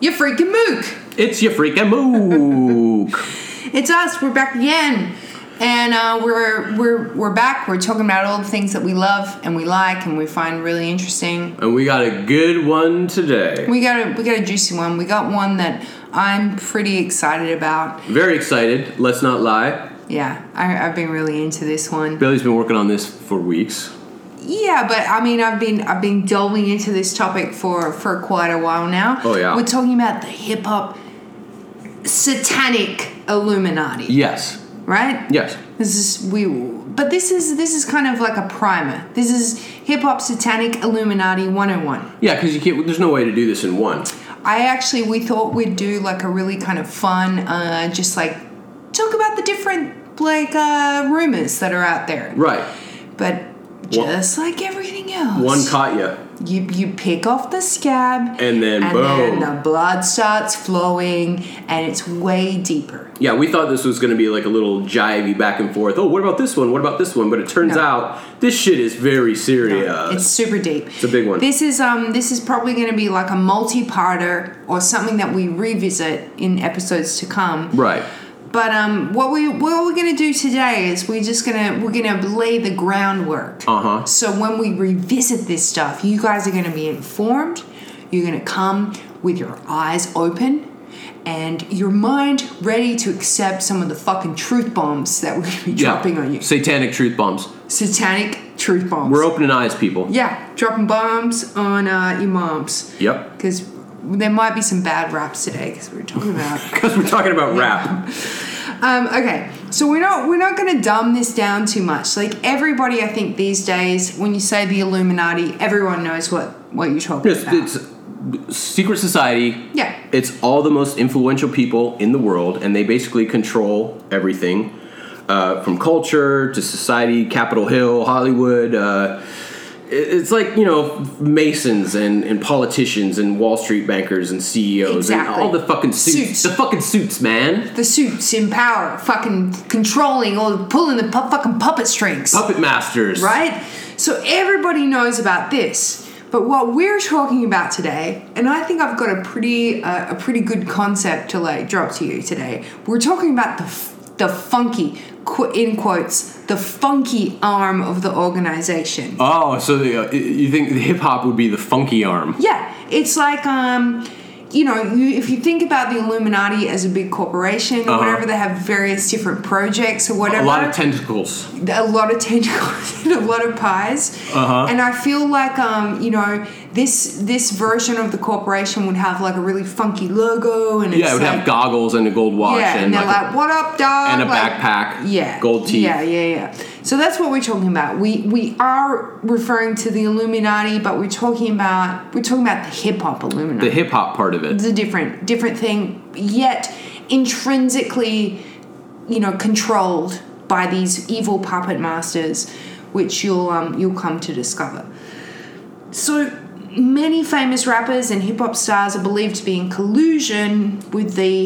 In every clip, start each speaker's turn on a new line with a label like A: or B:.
A: You freaking mook!
B: It's your freaking mook.
A: It's us. We're back again, and uh, we're we're we're back. We're talking about all the things that we love and we like and we find really interesting.
B: and we got a good one today.
A: We got a we got a juicy one. We got one that I'm pretty excited about.
B: Very excited. Let's not lie.
A: Yeah, I, I've been really into this one.
B: Billy's been working on this for weeks.
A: Yeah, but I mean, I've been I've been delving into this topic for for quite a while now.
B: Oh, yeah.
A: we're talking about the hip hop satanic Illuminati,
B: Yes.
A: right?
B: Yes.
A: This is we, but this is this is kind of like a primer. This is hip hop satanic Illuminati 101.
B: Yeah, because you can't. There's no way to do this in one.
A: I actually we thought we'd do like a really kind of fun, uh, just like talk about the different like uh, rumors that are out there,
B: Right.
A: but. Just like everything else,
B: One caught you,
A: you you pick off the scab
B: and then
A: and then
B: boom.
A: the blood starts flowing and it's way deeper
B: yeah, we thought this was going to be like a little jivey back and forth. Oh, what about this one? What about this one? But it turns
A: No.
B: out this shit is very serious.
A: it's super deep it's
B: uh, a big one.
A: this is um this is probably going to be like a multi-parter or something that we revisit in episodes to come
B: right.
A: but um what we what we're going to do today is we're just going to we're going to lay the groundwork
B: Uh huh.
A: So when we revisit this stuff, you guys are going to be informed. You're going to come with your eyes open and your mind ready to accept some of the fucking truth bombs that we're going to be dropping on you.
B: Satanic truth bombs.
A: Satanic truth bombs.
B: We're opening eyes, people.
A: yeah, dropping bombs on uh, your moms.
B: Yep.
A: Because there might be some bad raps today because we're talking about
B: Because we're talking about rap.
A: Um, okay, so we're not we're not going to dumb this down too much. Like everybody, I think these days, when you say the Illuminati, everyone knows what what you're talking
B: It's,
A: about.
B: it's secret society.
A: Yeah.
B: It's all the most influential people in the world, and they basically control everything, uh, from culture to society, Capitol Hill, Hollywood. Uh, it- it's like you know masons and, and politicians and Wall Street bankers and CEOs and
A: Exactly.
B: all the fucking
A: Suits.
B: suits. The fucking suits, man.
A: the suits in power, fucking controlling or pulling the pu- fucking puppet strings,
B: Puppet masters.
A: right? So everybody knows about this. But what we're talking about today, and I think I've got a pretty uh, a pretty good concept to like drop to you today. We're talking about the f- the funky qu- in quotes the funky arm of the organization.
B: Oh, so the, uh, you think the hip hop would be the funky arm?
A: Yeah, it's like um, you know, you, if you think about the Illuminati as a big corporation or
B: Uh-huh.
A: whatever, they have various different projects or whatever.
B: A lot of tentacles.
A: a lot of tentacles and a lot of pies.
B: Uh-huh.
A: And I feel like um, you know, this this version of the corporation would have like a really funky logo and
B: Yeah,
A: it's
B: it would
A: like,
B: have goggles and a gold watch
A: yeah, and,
B: and
A: they're
B: like
A: like,
B: a-
A: "What up, dog?"
B: and a
A: Like,
B: backpack,
A: Yeah,
B: gold teeth.
A: Yeah, yeah, yeah. So that's what we're talking about. We we are referring to the Illuminati, but we're talking about we're talking about the hip hop Illuminati.
B: the hip hop part of it.
A: it's a different different thing yet intrinsically you know controlled by these evil puppet masters which you'll um, you'll come to discover so many famous rappers and hip hop stars are believed to be in collusion with the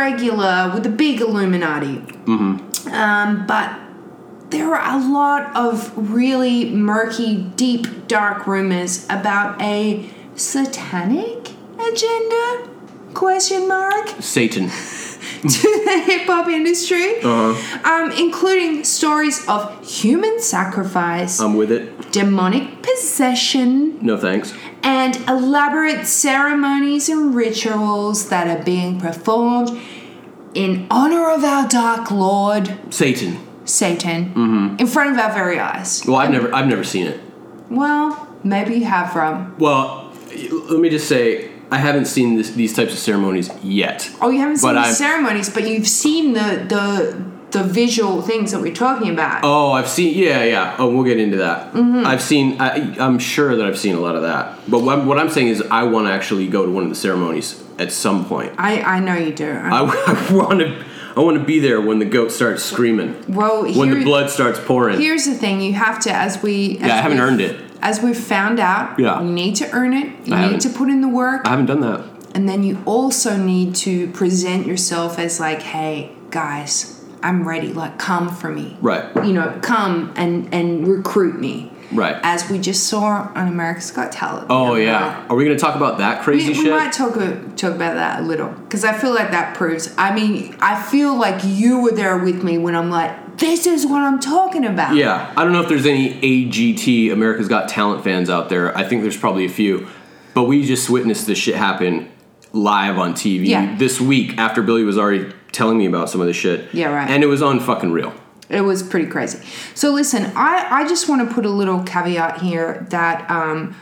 A: regular with the big illuminati mm-hmm. um, but there are a lot of really murky, deep, dark rumors about a satanic agenda? Question mark
B: Satan.
A: to the hip hop industry, um, including stories of human sacrifice,
B: I'm with it.
A: demonic possession,
B: No thanks.
A: and elaborate ceremonies and rituals that are being performed in honor of our dark lord
B: Satan.
A: Satan in front of our very eyes.
B: Well, I've never I've never seen it.
A: Well, maybe you have, um, Rob.
B: Well, let me just say I haven't seen this, these types of ceremonies yet.
A: Oh, you haven't seen
B: But
A: the
B: I've-
A: ceremonies, but you've seen the the the visual things that we're talking about.
B: Oh, I've seen. Yeah, yeah. Oh, we'll get into that.
A: Mm-hmm.
B: I've seen. I, I'm sure that I've seen a lot of that. But what I'm, what I'm saying is, I want to actually go to one of the ceremonies at some point.
A: I I know you do.
B: I, I want to. I want to be there when the goat starts screaming.
A: well,
B: When
A: here-
B: the blood starts pouring.
A: Here's the thing: you have to, as we as
B: I haven't
A: we've-
B: earned it.
A: As we've found out,
B: Yeah.
A: you need to earn it. You need
B: I haven't.
A: to put in the work,
B: I haven't done that.
A: and then you also need to present yourself as like, hey, guys, I'm ready. Like, come for me.
B: Right.
A: You know, come and and recruit me.
B: Right.
A: As we just saw on America's Got Talent.
B: Oh yeah. Are we gonna talk about that crazy
A: We, we
B: shit?
A: might talk a- talk about that a little because I feel like that proves. I mean, I feel like you were there with me when I'm like, this is what I'm talking about.
B: Yeah, I don't know if there's any AGT America's Got Talent fans out there. I think there's probably a few, but we just witnessed this shit happen live on TV
A: Yeah.
B: this week after Billy was already telling me about some of this shit.
A: Yeah, right.
B: And it was on fucking real.
A: It was pretty crazy. So listen, I, I just want to put a little caveat here that um,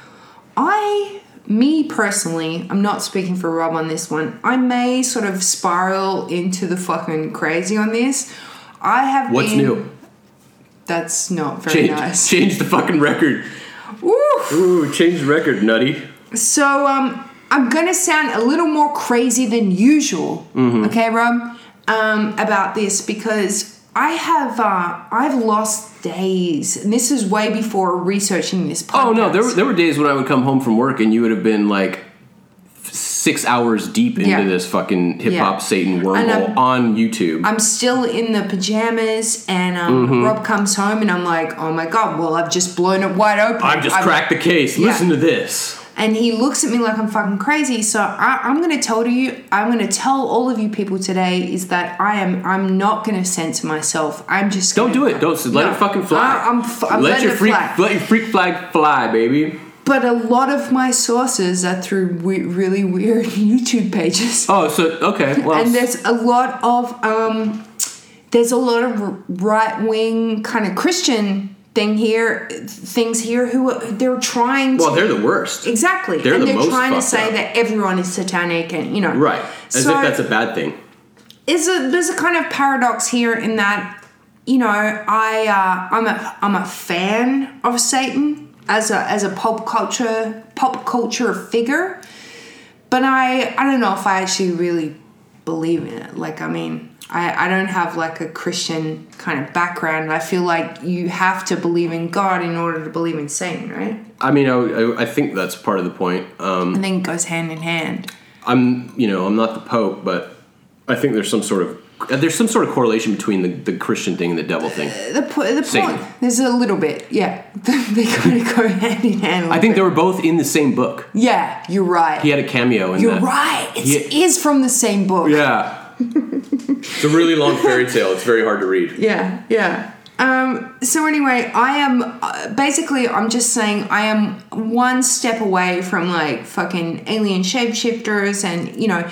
A: I, me personally, I'm not speaking for Rob on this one. I may sort of spiral into the fucking crazy on this. I have
B: What's
A: been-
B: new?
A: That's not very
B: Change,
A: nice.
B: change the fucking record.
A: Oof.
B: Ooh, change the record, nutty.
A: So um, I'm gonna sound a little more crazy than usual,
B: Mm-hmm.
A: okay, Rob, um, about this because I have uh, I've lost days, and this is way before researching this. Podcast.
B: Oh no, there were, there were days when I would come home from work and you would have been like six hours deep into
A: Yeah.
B: this fucking hip hop
A: Yeah.
B: Satan
A: And
B: wormhole
A: I'm-
B: on YouTube.
A: I'm still in the pajamas, and um,
B: Mm-hmm.
A: Rob comes home, and I'm like, oh my god, well I've just blown it wide open.
B: I've just
A: I've-
B: cracked the case.
A: Yeah.
B: Listen to this.
A: and he looks at me like I'm fucking crazy. So I, I'm gonna tell you, I'm gonna tell all of you people today is that I am, I'm not gonna censor myself. I'm just
B: Don't
A: gonna-
B: do it. Don't s- let
A: No.
B: it fucking fly.
A: I, am f- I'm
B: let
A: letting
B: your
A: it
B: freak
A: fly.
B: let your freak flag fly, baby.
A: But a lot of my sources are through we- really weird YouTube pages,
B: Oh, so okay. Well,
A: and there's a lot of um, there's a lot of right wing kind of Christian thing here, things here who are, they're trying to
B: well, they're the worst.
A: Exactly.
B: They're
A: and
B: the
A: they're
B: most
A: trying to
B: fucked
A: say
B: up.
A: that everyone is satanic and, you know.
B: Right. As
A: so
B: if that's a bad thing.
A: it's a, there's a kind of paradox here in that, you know, I uh, I'm a I'm a fan of Satan as a as a pop culture pop culture figure, but I I don't know if I actually really believe in it. Like I mean, I I don't have like a Christian kind of background. I feel like you have to believe in God in order to believe in Satan, right?
B: I mean, I, I, I think that's part of the point. Um,
A: I think it goes hand in hand.
B: I'm, you know, I'm not the pope, but I think there's some sort of uh, there's some sort of correlation between the, the Christian thing and the devil thing.
A: The, po- the
B: Same.
A: point. There's a little bit, yeah. they kind of go hand in hand. a
B: I
A: little
B: think
A: bit.
B: they were both in the same book.
A: Yeah, you're right.
B: He had a cameo in
A: you're
B: that.
A: right. It's, It
B: Yeah.
A: is from the same book.
B: Yeah. it's a really long fairy tale. It's very hard to read.
A: yeah, yeah. Um, so anyway, I am uh, basically I'm just saying I am one step away from like fucking alien shapeshifters and you know,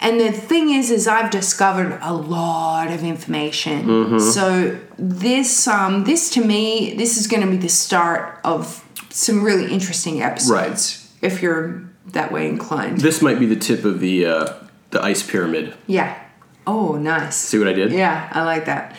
A: and the thing is, is I've discovered a lot of information.
B: Mm-hmm.
A: So this um this to me this is going to be the start of some really interesting episodes if you're that way inclined.
B: This might be the tip of the uh, the ice pyramid.
A: Yeah. Oh, nice.
B: See what I did?
A: Yeah, I like that.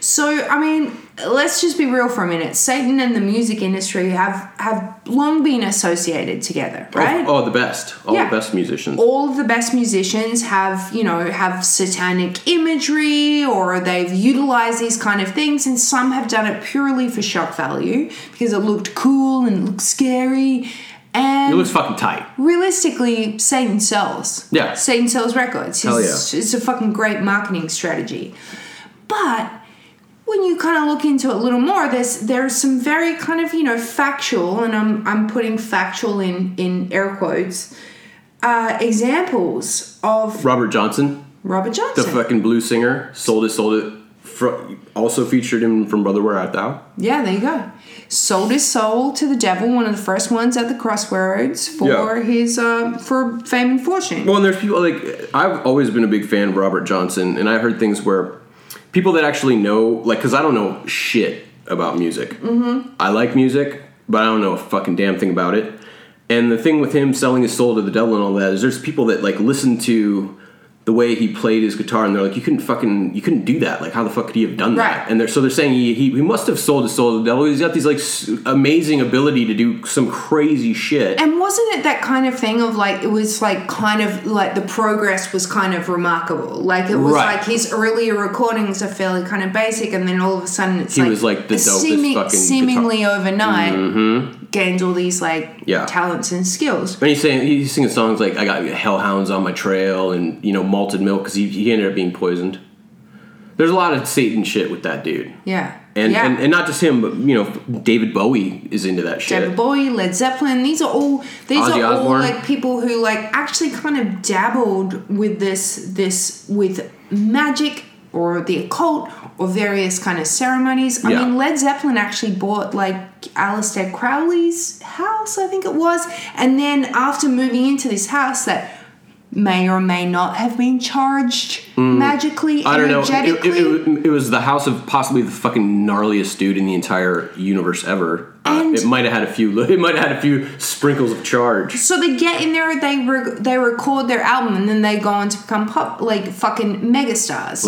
A: So, I mean, let's just be real for a minute. Satan and the music industry have have long been associated together, right?
B: Oh, oh, the best. All
A: Yeah.
B: the best musicians.
A: All of the best musicians have, you know, have satanic imagery or they've utilized these kind of things and some have done it purely for shock value because it looked cool and it looked scary. And
B: It looks fucking tight.
A: realistically, Satan sells.
B: Yeah.
A: Satan sells records.
B: Hell
A: It's, it's a fucking great marketing strategy. But when you kind of look into it a little more, there's there's some very kind of you know factual, and I'm I'm putting factual in in air quotes, uh, examples of
B: Robert Johnson,
A: Robert
B: the
A: Johnson.
B: fucking blues singer, sold it, sold it. Fr- also featured him from Brother Where Art Thou.
A: Yeah, there you go. Sold his soul to the devil, one of the first ones at the crossroads for
B: Yeah.
A: his um, for fame and fortune.
B: Well, and there's people like I've always been a big fan of Robert Johnson, and I heard things where people that actually know, like, because I don't know shit about music. Mm-hmm. I like music, but I don't know a fucking damn thing about it. And the thing with him selling his soul to the devil and all that is, there's people that like listen to the way he played his guitar, and they're like, you couldn't fucking, you couldn't do that. Like, how the fuck could he have done
A: Right.
B: that? And they're so they're saying he, he he must have sold his soul to the devil. He's got these like s- amazing ability to do some crazy shit.
A: And wasn't it that kind of thing of like it was like kind of like the progress was kind of remarkable. Like it was
B: Right.
A: like his earlier recordings are fairly kind of basic, and then all of a sudden it's
B: He
A: like
B: was, like, the dopest fucking Mm-hmm.
A: seemingly overnight gained all these like
B: Yeah.
A: talents and skills.
B: And he's saying he's singing songs like "I got hellhounds on my trail" and you know malted milk because he, he ended up being poisoned. There's a lot of Satan shit with that dude.
A: Yeah,
B: And,
A: Yeah.
B: and and not just him, but you know, David Bowie is into that shit.
A: David Bowie, Led Zeppelin. These are all these
B: Ozzy
A: are all
B: Osbourne.
A: like people who like actually kind of dabbled with this this with magic or the occult or various kind of ceremonies. I
B: Yeah.
A: mean, Led Zeppelin actually bought like Alistair Crowley's house, I think it was, and then after moving into this house that may or may not have been charged magically,
B: Mm. I don't know. It,
A: energetically.
B: it, it, it was the house of possibly the fucking gnarliest dude in the entire universe ever. Uh,
A: And-
B: it might have had a few. It might have had a few sprinkles of charge.
A: So they get in there, they re- they record their album, and then they go on to become pop like fucking megastars.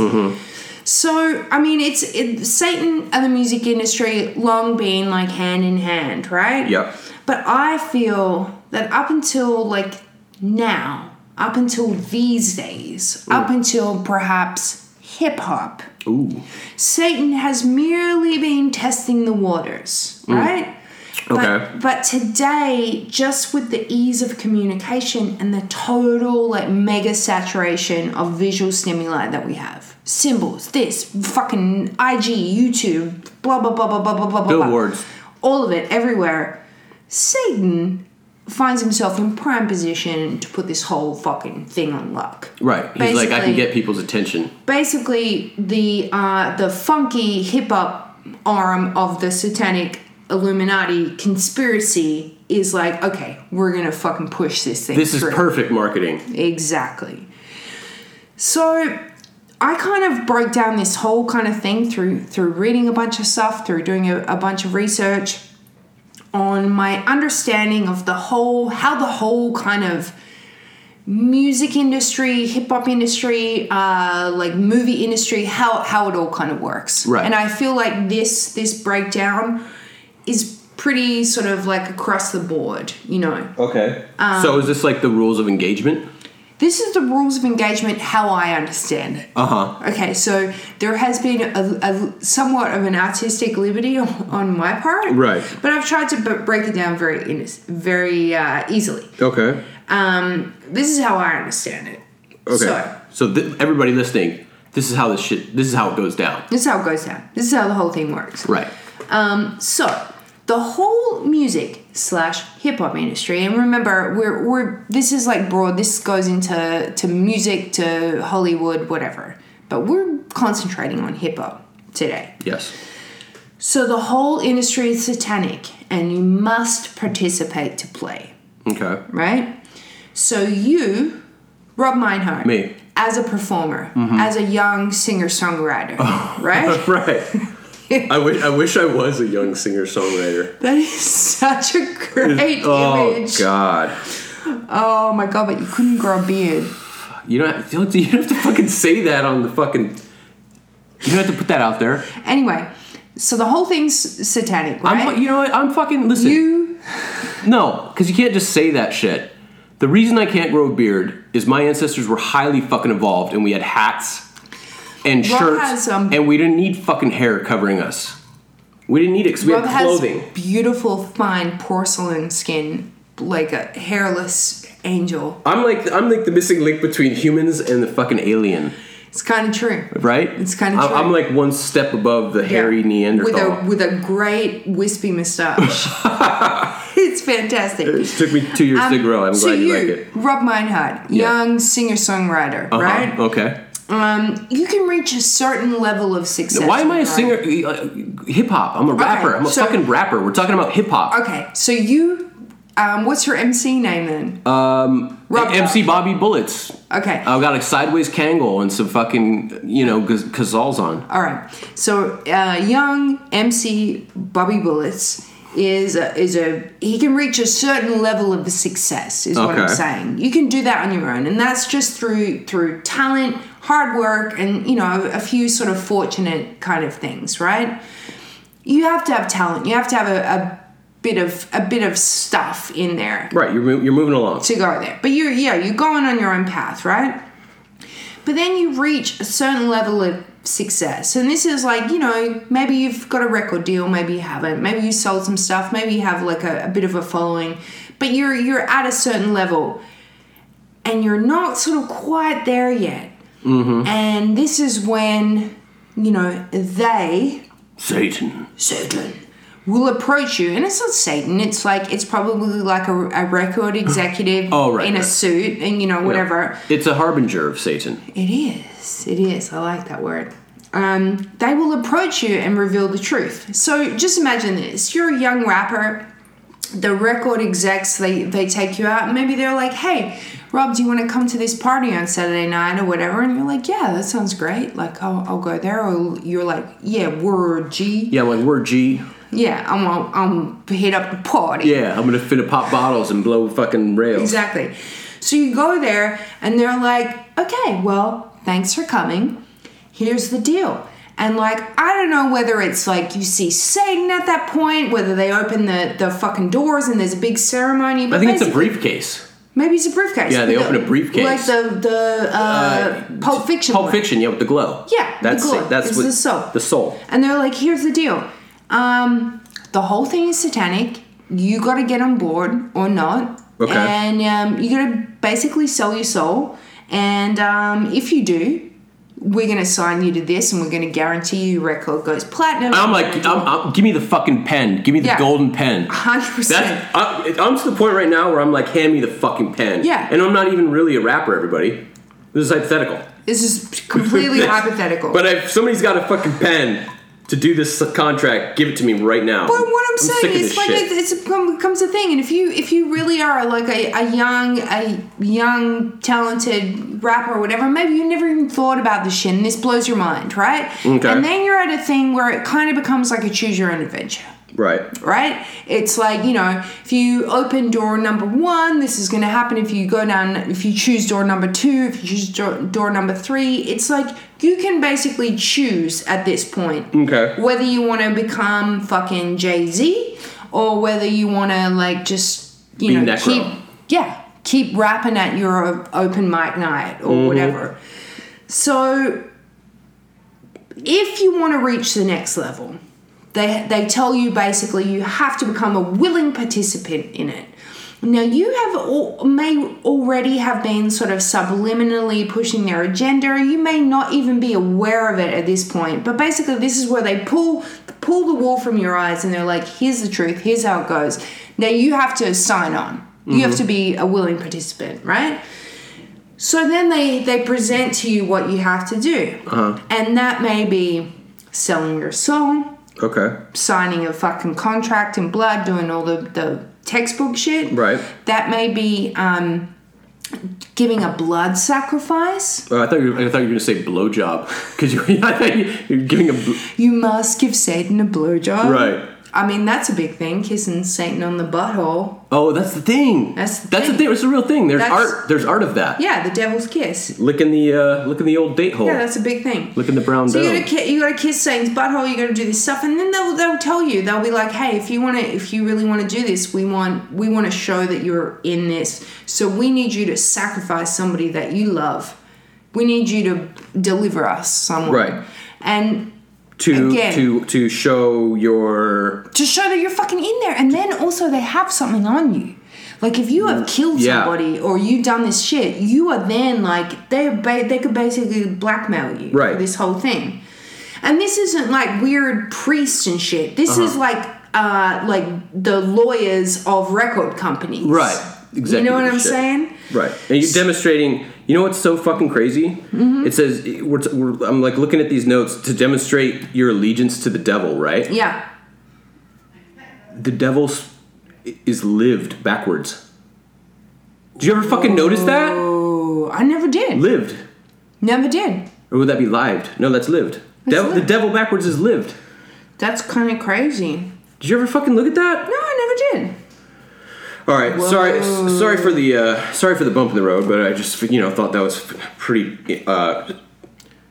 A: So I mean, it's it, Satan and the music industry long been like hand in hand, right?
B: Yep.
A: But I feel that up until like now, up until these days, up until perhaps hip hop,
B: Ooh.
A: Satan has merely been testing the waters, right?
B: Okay.
A: But, but today, just with the ease of communication and the total like mega saturation of visual stimuli that we have, symbols, this fucking IG, YouTube, blah blah blah blah blah blah blah blah,
B: Billboards.
A: blah, all of it everywhere. Satan finds himself in prime position to put this whole fucking thing on lock.
B: Right. He's like, I can
A: Basically-
B: get people's attention.
A: basically the uh, the funky hip hop arm of the satanic Illuminati conspiracy is like, okay, we're gonna fucking push this thing.
B: This is
A: through.
B: perfect marketing.
A: Exactly. So I kind of broke down this whole kind of thing through through reading a bunch of stuff, through doing a, a bunch of research on my understanding of the whole how the whole kind of music industry, hip hop industry, uh, like movie industry, how how it all kind of works.
B: Right.
A: And I feel like this this breakdown is pretty sort of like across the board, you know.
B: Okay.
A: Um,
B: so is this like the rules of engagement?
A: This is the rules of engagement how I understand it.
B: Uh huh.
A: Okay, so there has been a, a somewhat of an artistic liberty on, on my part,
B: Right.
A: But I've tried to b- break it down very, inno- very uh, easily.
B: Okay.
A: Um, this is how I understand it.
B: Okay.
A: So
B: So th- everybody listening, this is how this shit. This is how it goes down.
A: this is how it goes down. This is how the whole thing works.
B: Right.
A: Um, so the whole music slash hip hop industry, and remember, we're we're this is like broad. This goes into to music, to Hollywood, whatever. But we're concentrating on hip hop today.
B: Yes.
A: So the whole industry is satanic, and you must participate to play,
B: Okay.
A: right? So you, Rob Meinhardt,
B: Me. Mm-hmm.
A: as a performer, as a young singer-songwriter, right?
B: Right. I wish I wish I was a young singer songwriter.
A: That is such a great
B: oh
A: image.
B: God!
A: Oh my god! But you couldn't grow a beard.
B: You don't, have, you don't have to fucking say that on the fucking. You don't have to put that out there.
A: Anyway, so the whole thing's satanic,
B: I'm,
A: right?
B: fu- you know what? I'm fucking listen.
A: you
B: no, because you can't just say that shit. The reason I can't grow a beard is my ancestors were highly fucking evolved, and we had hats and
A: Rob
B: shirts,
A: has, um,
B: and we didn't need fucking hair covering us. We didn't need it because we
A: Rob
B: had clothing.
A: has beautiful, fine porcelain skin, like a hairless angel.
B: I'm like I'm like the missing link between humans and the fucking alien,
A: It's kind of true.
B: right?
A: It's kinda
B: I'm, I'm
A: true.
B: like one step above the hairy Neanderthal.
A: with a with a great wispy moustache. it's fantastic. Um,
B: It took me two years to grow. I'm
A: so
B: glad you,
A: you,
B: like it.
A: Rob Meinhardt,
B: Yeah.
A: young singer songwriter,
B: Uh-huh.
A: right?
B: Okay.
A: Um, you can reach a certain level of success.
B: Why am I a
A: right?
B: singer? Uh, hip hop. I'm a rapper. I'm a
A: so-
B: fucking rapper. We're talking about hip hop.
A: Okay, so you, um, what's your MC name then?
B: Um,
A: Rob-
B: MC Bobby Bullets.
A: okay,
B: I've got a sideways Kangol and some fucking you know gaz- gazelles on.
A: all right. So uh, young MC Bobby Bullets is a, is a he can reach a certain level of success is what I'm
B: Okay.
A: saying. You can do that on your own, and that's just through through talent, hard work, and you know a few sort of fortunate kind of things, right? You have to have talent. You have to have a, a bit of a bit of stuff in there
B: Right. You're mo- you're moving along.
A: to go there. But you're yeah, you're going on your own path, right? But then you reach a certain level of success. And this is like, you know, maybe you've got a record deal, maybe you haven't, maybe you sold some stuff, maybe you have like a, a bit of a following, but you're you're at a certain level and you're not sort of quite there yet. And this is when, you know, they
B: Satan.
A: Satan will approach you, and it's not Satan. It's like it's probably like a, a record executive
B: Oh, right,
A: in a
B: right.
A: suit, and you know whatever.
B: It's a harbinger of Satan.
A: It is. It is. I like that word. Um, they will approach you and reveal the truth. So just imagine this: you're a young rapper. The record execs they they take you out. Maybe they're like, "Hey, Rob, do you want to come to this party on Saturday night or whatever?" And you're like, "Yeah, that sounds great. Like, I'll, I'll go there." Or you're like, "Yeah, word G.
B: Yeah, I'm like, we're G.
A: Yeah, I'm I'm hit up the party."
B: Yeah, I'm gonna fit a pop bottles and blow fucking rails.
A: Exactly. So you go there and they're like, okay, well, thanks for coming. Here's the deal. And like, I don't know whether it's like you see Satan at that point, whether they open the, the fucking doors and there's a big ceremony. But
B: I think it's a
A: basically-
B: briefcase.
A: Maybe it's a briefcase.
B: Yeah, they
A: The-
B: open a briefcase.
A: Like the the uh, Pulp Fiction.
B: Pulp
A: one.
B: Fiction, yeah, with the glow.
A: Yeah, the
B: that's
A: glow.
B: It. that's
A: It's
B: what,
A: the soul.
B: The soul.
A: And they're like, here's the deal. Um, the whole thing is satanic. You got to get on board or not.
B: Okay.
A: And um, you got to basically sell your soul. And um, if you do, we're going to sign you to this and we're going to guarantee your record goes platinum.
B: I'm like, I'm, I'm, give me the fucking pen. Give me the
A: Yeah.
B: golden pen.
A: 100%.
B: That's, I, I'm to the point right now where I'm like, hand me the fucking pen.
A: Yeah.
B: And I'm not even really a rapper, everybody. This is hypothetical.
A: this is completely hypothetical.
B: But if somebody's got a fucking pen to do this contract, give it to me right now.
A: But what I'm
B: sick
A: saying
B: of
A: is,
B: this
A: like, it,
B: shit.
A: it's become- becomes a thing, and if you if you really are like a, a young a young talented rapper or whatever, maybe you never even thought about this shit, and this blows your mind, right?
B: Okay.
A: And then you're at a thing where it kind of becomes like a choose your own adventure
B: right.
A: right? It's like, you know, if you open door number one, this is going to happen. If you go down, if you choose door number two, if you choose door, door number three, it's like you can basically choose at this point.
B: Okay.
A: Whether you want to become fucking Jay Z or whether you want to, like, just, you
B: Be
A: know,
B: necro.
A: keep, yeah, keep rapping at your open mic night
B: Mm-hmm.
A: or whatever. So if you want to reach the next level, they they tell you basically you have to become a willing participant in it. Now you have al- may already have been sort of subliminally pushing their agenda. You may not even be aware of it at this point. But basically, this is where they pull pull the wool from your eyes and they're like, "Here's the truth. Here's how it goes." Now you have to sign on. You have to be a willing participant, right? So then they they present to you what you have to do, and that may be selling your soul,
B: Okay.
A: signing a fucking contract in blood, doing all the, the textbook shit.
B: Right.
A: That may be um, giving a blood sacrifice.
B: Uh, I thought you were, I thought you were gonna say blowjob because you, I thought you, you're giving a bl-
A: You must give Satan a blowjob.
B: Right.
A: I mean, that's a big thing, kissing Satan on the butthole.
B: oh that's the thing
A: That's the
B: that's
A: thing.
B: the thing it's a real thing there's
A: That's-
B: art there's art of that
A: Yeah, the devil's kiss.
B: licking the uh, licking the old date hole
A: Yeah, that's a big thing.
B: licking the brown
A: So you
B: dome
A: gotta, ki- you gotta kiss Satan's butthole. You gotta do this stuff, and then they'll they'll tell you they'll be like, hey, if you wanna if you really wanna do this, we want we want to show that you're in this. So we need you to sacrifice somebody that you love. We need you to deliver us someone,
B: Right.
A: And
B: to
A: again.
B: to to show your
A: to show that you're fucking in there. And then also they have something on you. Like if you have killed
B: Yeah.
A: somebody or you've done this shit, you are then like they ba- they could basically blackmail you
B: Right.
A: for this whole thing. And this isn't like weird priests and shit. This
B: Uh-huh.
A: is like uh like the lawyers of record companies.
B: right exactly
A: You know what I'm
B: shit.
A: saying?
B: right and you're demonstrating you know what's so fucking crazy it says we're, t- we're, I'm like looking at these notes to demonstrate your allegiance to the devil right
A: Yeah.
B: the devil s- is lived backwards did you ever fucking notice that
A: Oh, I never did.
B: lived
A: Never did.
B: Or would that be lived? No, that's lived. Devil,
A: lived.
B: The devil backwards is lived.
A: That's kind of crazy.
B: Did you ever fucking look at that?
A: No, I never did.
B: All right, sorry, s- sorry for the uh, sorry for the bump in the road, but I just you know thought that was pretty uh,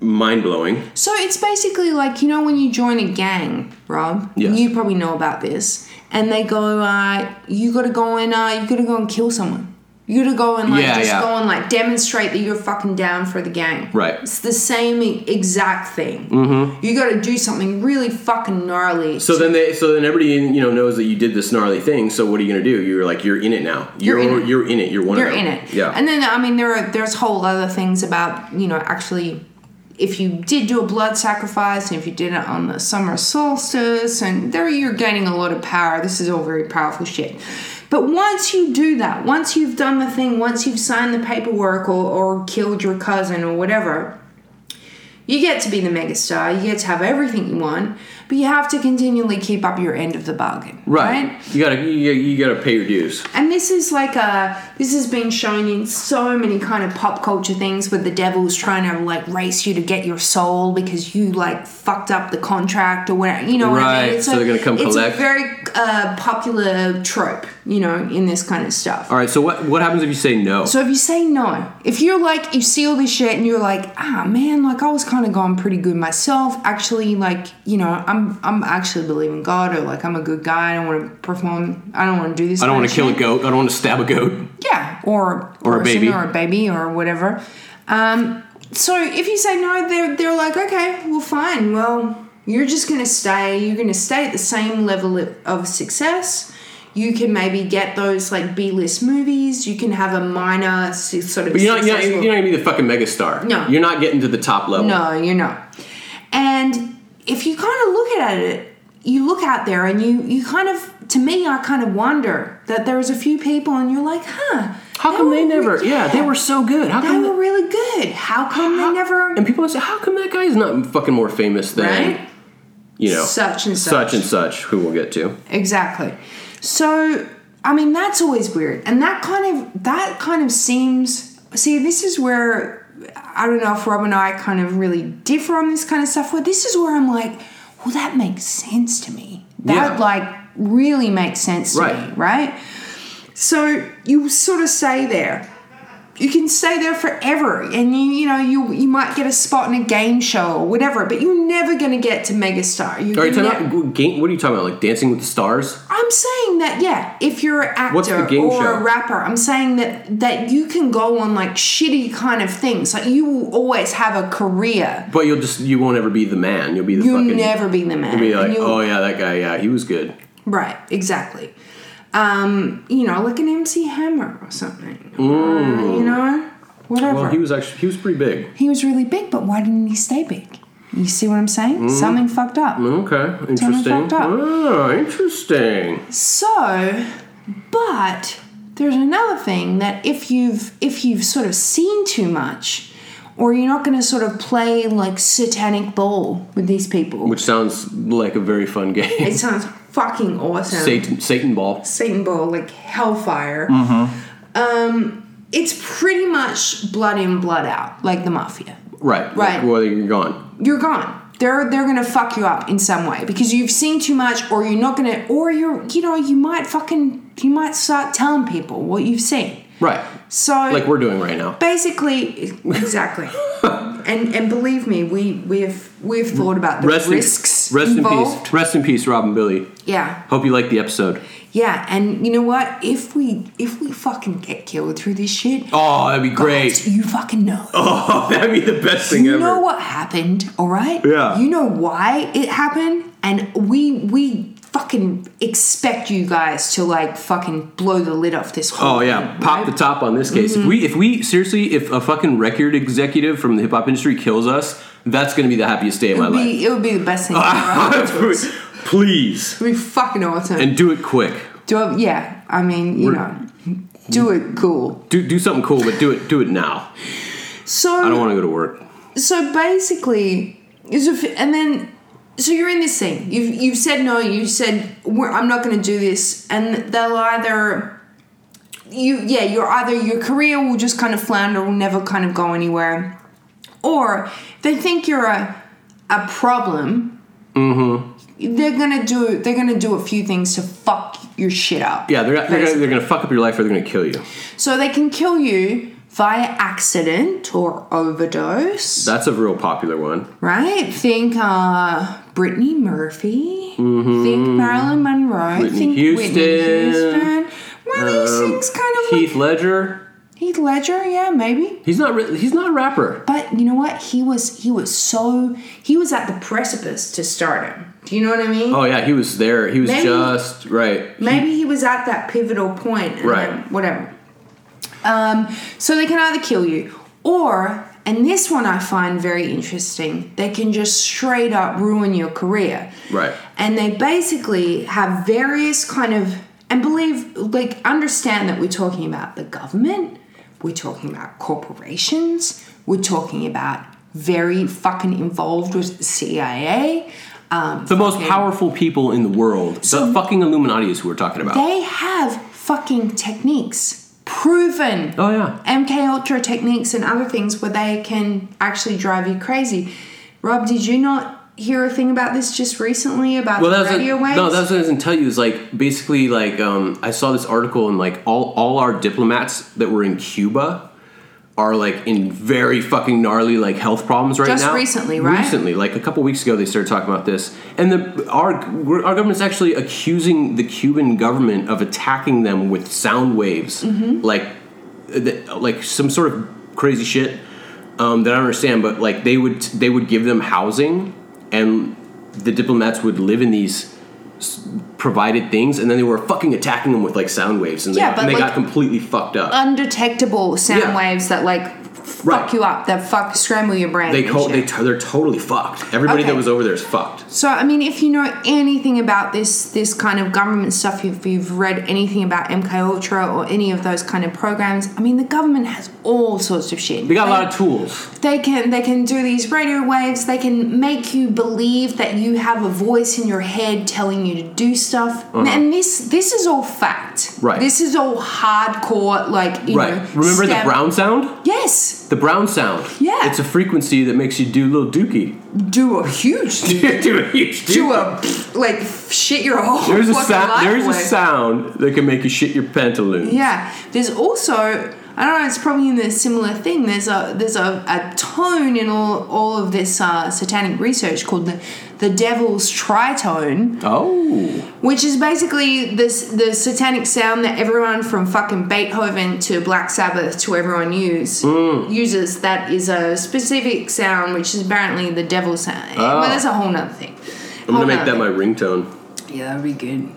B: mind blowing.
A: So it's basically like you know when you join a gang, Rob.
B: Yes.
A: You probably know about this, and they go, uh, "You got to go and uh, you got to go and kill someone. You got to go and like
B: Yeah,
A: just
B: yeah.
A: go and like demonstrate that you're fucking down for the gang."
B: Right.
A: It's the same e- exact thing. Mm-hmm. You got to do something really fucking gnarly.
B: So then they so then everybody you know knows that you did this gnarly thing. So what are you gonna do? You're like you're in it now.
A: You're
B: You're
A: in it.
B: you're in it. You're one
A: you're
B: of them.
A: in it.
B: Yeah.
A: And then I mean there are there's whole other things about you know actually if you did do a blood sacrifice and if you did it on the summer solstice and there you're gaining a lot of power this is all very powerful shit but once you do that once you've done the thing once you've signed the paperwork or, or killed your cousin or whatever you get to be the megastar you get to have everything you want but you have to continually keep up your end of the bargain
B: Right. You gotta you, you gotta pay your dues.
A: and this is like a this has been shown in so many kind of pop culture things where the devil's trying to like race you to get your soul because you like fucked up the contract or whatever. You know what I
B: Right,
A: mean?
B: so they're gonna come
A: it's
B: collect.
A: a very uh, popular trope, you know, in this kind of stuff.
B: All right. So what what happens if you say no?
A: So if you say no, if you're like you see all this shit and you're like, ah man, like I was kind of going pretty good myself. Actually, like you know, I'm I'm actually believing God or like I'm a good guy. I don't want to perform. I don't want to do this.
B: I don't want to kill a
A: a
B: goat. I don't want to stab a goat.
A: yeah, or
B: Or a
A: person
B: baby.
A: or a baby or whatever. Um, so if you say no, they're they're like, okay, well, fine. Well, you're just gonna stay. You're gonna stay at the same level of- of success. You can maybe get those like B list movies. You can have a minor su- sort of.
B: But you're not, you're not,
A: successful-
B: you're not gonna be the fucking megastar.
A: No.
B: You're not getting to the top level.
A: no, you're not. And if you kind of look at it, you look out there and you you kind of to me, I kind of wonder that there was a few people and you're like, huh?
B: How come
A: were
B: they never?
A: re-
B: Yeah, they were so good. How
A: They
B: come?
A: were really good. How come they never?
B: and people say, how come that guy is not fucking more famous than
A: Right?
B: you know
A: Such and
B: such
A: such.
B: and such? Who we'll get to.
A: Exactly. So, I mean, that's always weird, and that kind of that kind of seems. See, this is where I don't know if Rob and I kind of really differ on this kind of stuff. Where this is where I'm like, well, that makes sense to me. That
B: Yeah.
A: like really makes sense to
B: Right.
A: me, right? So you sort of stay there. You can stay there forever, and you you know you you might get a spot in a game show or whatever, but you're never going to get to megastar. You're
B: Are you
A: gonna
B: talking
A: get-
B: about game? What are you talking about? Like Dancing with the Stars?
A: I'm saying that yeah, if you're an actor
B: What's the game
A: or
B: show?
A: a rapper, I'm saying that that you can go on like shitty kind of things. Like you will always have a career.
B: But you'll just you won't ever be the man. You'll be the
A: You'll
B: fucking.
A: never be the man.
B: you'll be like,
A: And you'll-
B: oh yeah, that guy. Yeah, he was good.
A: Right, exactly. Um, you know, like an MC Hammer or something. Or, you know, whatever.
B: Well,
A: he,
B: he
A: was-
B: was actually he was pretty big.
A: really big, but why didn't he stay big? You see what I'm saying?
B: Mm.
A: Something fucked up.
B: Okay, interesting.
A: fucked up.
B: Oh, interesting.
A: So, but there's another thing that if you've if you've sort of seen too much, or you're not going to sort of play like satanic ball with these people.
B: Which sounds like a very fun game.
A: It sounds fucking awesome.
B: Satan, Satan ball.
A: Satan ball, like hellfire.
B: Mm-hmm.
A: Um, it's pretty much blood in, blood out, like the mafia.
B: Right.
A: Right.
B: Well, you're gone.
A: you're gone. They're they're gonna fuck you up in some way because you've seen too much, or you're not gonna, or you're you know you might fucking you might start telling people what you've seen.
B: Right.
A: So
B: Like we're doing right now.
A: basically exactly. and and believe me, we we've we've thought about the
B: Rest
A: risks
B: in, rest in
A: involved.
B: peace. Rest in peace, Robin Billy.
A: Yeah,
B: Hope you liked the episode.
A: yeah, and you know what? If we if we fucking get killed through this shit,
B: Oh, that'd be great.
A: you fucking know.
B: Oh, that'd be the best thing
A: you
B: ever.
A: know what happened all right
B: Yeah.
A: you know why it happened and we we fucking expect you guys to like fucking blow the lid off this whole
B: Oh yeah, pop the top on this case. If we, if we seriously, if a fucking record executive from the hip hop industry kills us, that's gonna be the happiest day of
A: it
B: my
A: would
B: life.
A: be it would be the best thing ever it
B: Please,
A: would be fucking awesome
B: and do it quick.
A: do it, yeah i mean you know do it cool
B: Do do something cool, but do it do it now.
A: so
B: I don't want to go to work.
A: so basically, is if- and then so you're in this thing. You've you've said no. You said We're, I'm not going to do this, and they'll either you yeah you're either your career will just kind of flounder, will never kind of go anywhere, or they think you're a a problem. Mm-hmm. They're gonna do they're gonna do a few things to fuck your shit up.
B: Yeah, they're they're gonna,
A: basically.
B: they're gonna fuck up your life or they're gonna kill you.
A: So they can kill you via accident or overdose.
B: That's a real popular one.
A: Right? Think uh, Brittany Murphy. Think Marilyn Monroe.
B: Whitney
A: think Whitney
B: Mm-hmm. Houston.
A: Houston. One of these
B: Um,
A: things kind of
B: Heath
A: like
B: Ledger.
A: Heath Ledger, yeah, maybe.
B: He's not re- he's not a rapper.
A: But you know what? He was he was so he was at the precipice to stardom. Do you know what I mean?
B: Oh yeah, he was there. He was
A: Maybe-
B: just right.
A: Maybe he was at that pivotal point. and
B: Right.
A: then Whatever. Um, so they can either kill you or And this one I find very interesting. They can just straight up ruin your career.
B: Right.
A: And they basically have various kind of and believe like understand that we're talking about the government, we're talking about corporations, we're talking about very fucking involved with the CIA.
B: The most powerful people in the world, the fucking Illuminati is who we're talking about.
A: They have fucking techniques, proven
B: oh yeah.
A: MK Ultra techniques and other things where they can actually drive you crazy. Rob, did you not hear a thing about this just recently about
B: Well,
A: the
B: that's what,
A: radio waves?
B: no, that's what I was gonna tell you. Is like basically like um, I saw this article and like all all our diplomats that were in Cuba are like in very fucking gnarly like health problems right
A: Just
B: now.
A: recently, right?
B: Recently, like a couple weeks ago, they started talking about this, and the our we're- our government's actually accusing the Cuban government of attacking them with sound waves,
A: Mm-hmm.
B: like uh, th- like some sort of crazy shit um, that I don't understand, but like they would they would give them housing, and the diplomats would live in these s- provided things, and then they were fucking attacking them with like sound waves, and they,
A: Yeah, but,
B: and they
A: like- Uh,
B: got completely fucked up.
A: undetectable sound
B: Yeah.
A: waves that like
B: Right.
A: fuck you up, that fuck scramble your brain.
B: they
A: and
B: co-
A: shit.
B: they t- they're totally fucked. Everybody
A: Okay.
B: that was over there is fucked.
A: So I mean, if you know anything about this this kind of government stuff, if you've read anything about MK Ultra or any of those kind of programs, I mean, the government has all sorts of shit.
B: They got a lot of tools.
A: They can they can do these radio waves. They can make you believe that you have a voice in your head telling you to do stuff. And this this is all fact.
B: Uh-huh. Right.
A: This is all hardcore. Like you
B: Right.
A: know.
B: Remember
A: step-
B: the brown sound?
A: Yes.
B: The brown sound.
A: Yeah.
B: It's a frequency that makes you do a little dookie.
A: Do a huge.
B: do a huge
A: do
B: dookie.
A: a like shit your whole.
B: There's a
A: fucking
B: sound.
A: life
B: There's a
A: away.
B: sound that can make you shit your pantaloons.
A: Yeah. There's also I don't know. It's probably in the similar thing. There's a there's a, a tone in all all of this uh, satanic research called the the devil's tritone,
B: Oh.
A: which is basically this the satanic sound that everyone from fucking Beethoven to Black Sabbath to everyone use
B: Mm.
A: uses. That is a specific sound, which is apparently the devil's sound.
B: Oh.
A: Well, that's a whole nother thing.
B: I'm gonna make that my ringtone.
A: Yeah, that'd be good.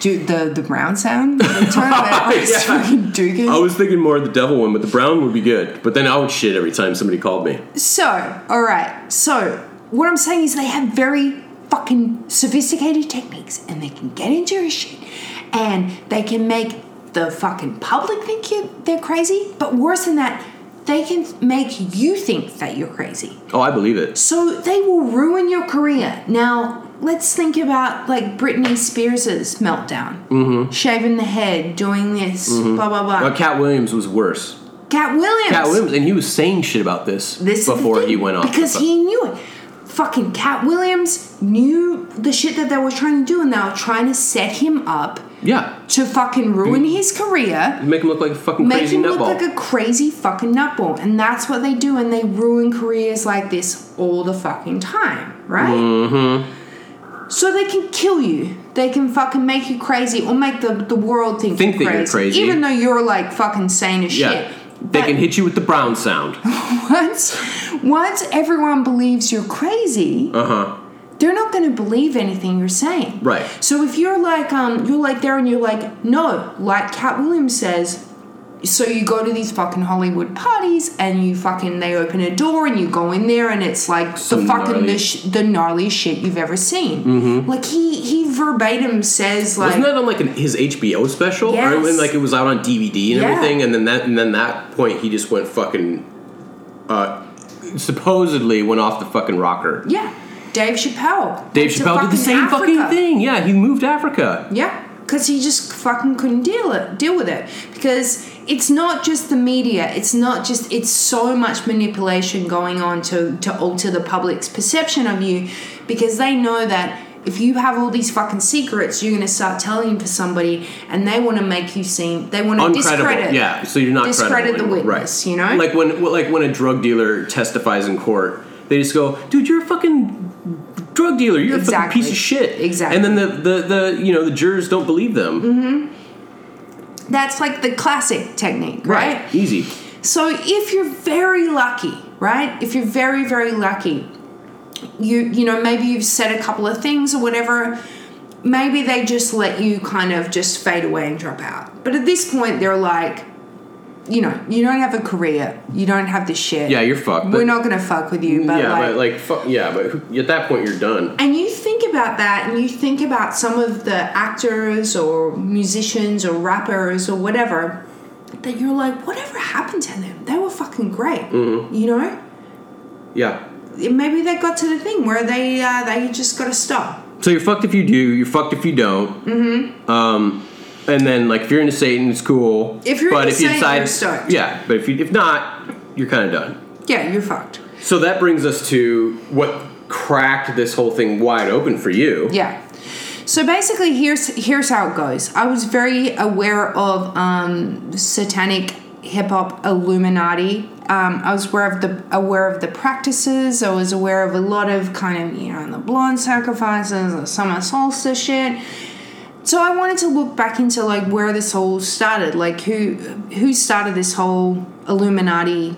A: Do the the brown sound? The tone that I was
B: Yeah.
A: fucking doing.
B: I was thinking more of the devil one, but the brown would be good. But then I would shit every time somebody called me.
A: So, all right. So, what I'm saying is they have very fucking sophisticated techniques, and they can get into your shit, and they can make the fucking public think you they're crazy. But worse than that, they can make you think that you're crazy.
B: Oh, I believe it.
A: So they will ruin your career. Now, let's think about like Britney Spears' meltdown. Mm-hmm. Shaving the head, doing this, blah, blah, blah.
B: Uh, Cat Williams was worse.
A: Cat Williams.
B: Cat Williams, and he was saying shit about this,
A: This is the
B: before
A: thing,
B: he went off.
A: Because he knew it. Fucking Cat Williams knew the shit that they were trying to do and they were trying to set him up
B: yeah,
A: to fucking ruin his career.
B: make him look like a fucking
A: Make
B: crazy
A: him look
B: nutball.
A: like a crazy fucking nutball. And that's what they do, and they ruin careers like this all the fucking time, right? Mm-hmm.
B: Mm-hmm.
A: So they can kill you. They can fucking make you crazy or make the, the world think,
B: Think
A: you're,
B: that you're
A: crazy,
B: crazy.
A: Even though you're like fucking sane as
B: yeah,
A: shit.
B: they
A: But-
B: can hit you with the brown sound.
A: once once everyone believes you're crazy
B: Uh huh.
A: they're not going to believe anything you're saying
B: Right.
A: so if you're like um you're like there and you're like no like cat williams says so you go to these fucking hollywood parties and you fucking they open a door and you go in there and it's like
B: Some
A: the fucking
B: gnarly- Mm-hmm.
A: the, sh- the gnarliest shit you've ever seen like he he verbatim says like
B: Wasn't that on like an, his HBO special, or
A: Yes.
B: when like it was out on DVD and
A: Yeah.
B: everything? And then that, and then that point, he just went fucking. Uh, supposedly went off the fucking rocker.
A: yeah dave chappelle
B: Dave
A: Went to
B: Chappelle did the same fucking
A: Africa.
B: thing. Yeah, he moved to Africa.
A: Yeah, because he just fucking couldn't deal it, deal with it. Because it's not just the media; it's not just it's so much manipulation going on to to alter the public's perception of you, because they know that. If you have all these fucking secrets, you're gonna start telling for somebody, and they want to make you seem they want to
B: Uncredible.
A: discredit.
B: Yeah, so you're not
A: discredit
B: credible
A: the
B: anymore.
A: witness,
B: right.
A: you know?
B: Like when well, like when a drug dealer testifies in court, they just go, "Dude, you're a fucking drug dealer. You're a fucking
A: Exactly.
B: piece of shit."
A: Exactly. Mm-hmm.
B: And then the the, the you know the jurors don't believe them.
A: That's like the classic technique, right?
B: Easy.
A: So if you're very lucky, right? If you're very very lucky, you you know maybe you've said a couple of things or whatever, maybe they just let you kind of just fade away and drop out. But at this point they're like you know, you don't have a career. You don't have this shit.
B: Yeah, you're fucked,
A: We're
B: but-
A: not gonna fuck with you. But
B: yeah,
A: like,
B: but like, fuck, yeah, but who- at that point you're done.
A: and you think about that, and you think about some of the actors or musicians or rappers or whatever that you're like, whatever happened to them? They were fucking great. You know,
B: Yeah.
A: maybe they got to the thing where they uh, they just got to stop.
B: So you're fucked if you do. You're fucked if you don't. Mm-hmm. Um, and then like if you're into Satan, it's cool.
A: If you're into Satan, you're stoked.
B: yeah. But if you if not, you're kind of done.
A: Yeah, you're fucked.
B: So that brings us to what cracked this whole thing wide open for you.
A: Yeah. So basically, here's here's how it goes. I was very aware of um, satanic hip hop Illuminati. Um, I was aware of the aware of the practices. I was aware of a lot of kind of you know the blonde sacrifices, the summer solstice shit. So I wanted to look back into like where this all started, like who who started this whole Illuminati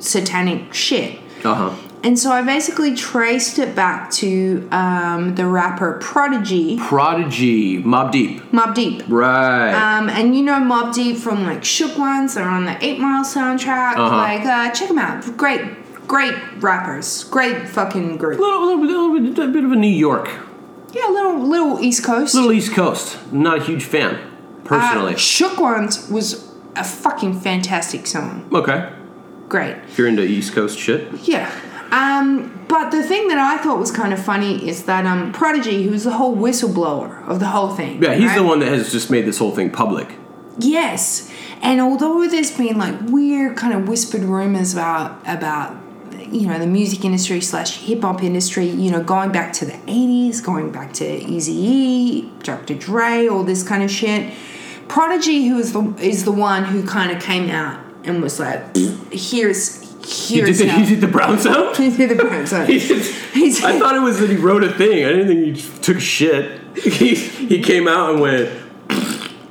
A: satanic shit.
B: Uh huh.
A: And so I basically traced it back to um, the rapper Prodigy,
B: Prodigy, Mob Deep,
A: Mob Deep.
B: right?
A: Um, and you know Mob Deep from like Shook Ones, they're on the 8 Mile soundtrack.
B: Uh-huh.
A: Like, uh, check them out. Great, great rappers. Great fucking
B: A
A: group.
B: little, little, little, bit- a bit of a New York,
A: Yeah, little little East Coast.
B: little East Coast. Not a huge fan, personally.
A: Uh, Shook Ones was a fucking fantastic song.
B: okay,
A: Great.
B: if you're into East Coast shit,
A: Yeah. Um, but the thing that I thought was kind of funny is that um, Prodigy, who was the whole whistleblower of the whole thing.
B: yeah, he's
A: right?
B: the one that has just made this whole thing public.
A: Yes, and although there's been like weird kind of whispered rumors about about you know the music industry slash hip hop industry, you know, going back to the '80s, going back to Eazy-E, Dr. Dre, all this kind of shit. Prodigy, who is the is the one who kind of came out and was like, "Here's
B: He did,
A: here's
B: the, he
A: how."
B: did the brown sound.
A: He's the brand, sorry.
B: He just-
A: He's-
B: I thought it was that he wrote a thing. I didn't think he just took shit. He, he came out and went,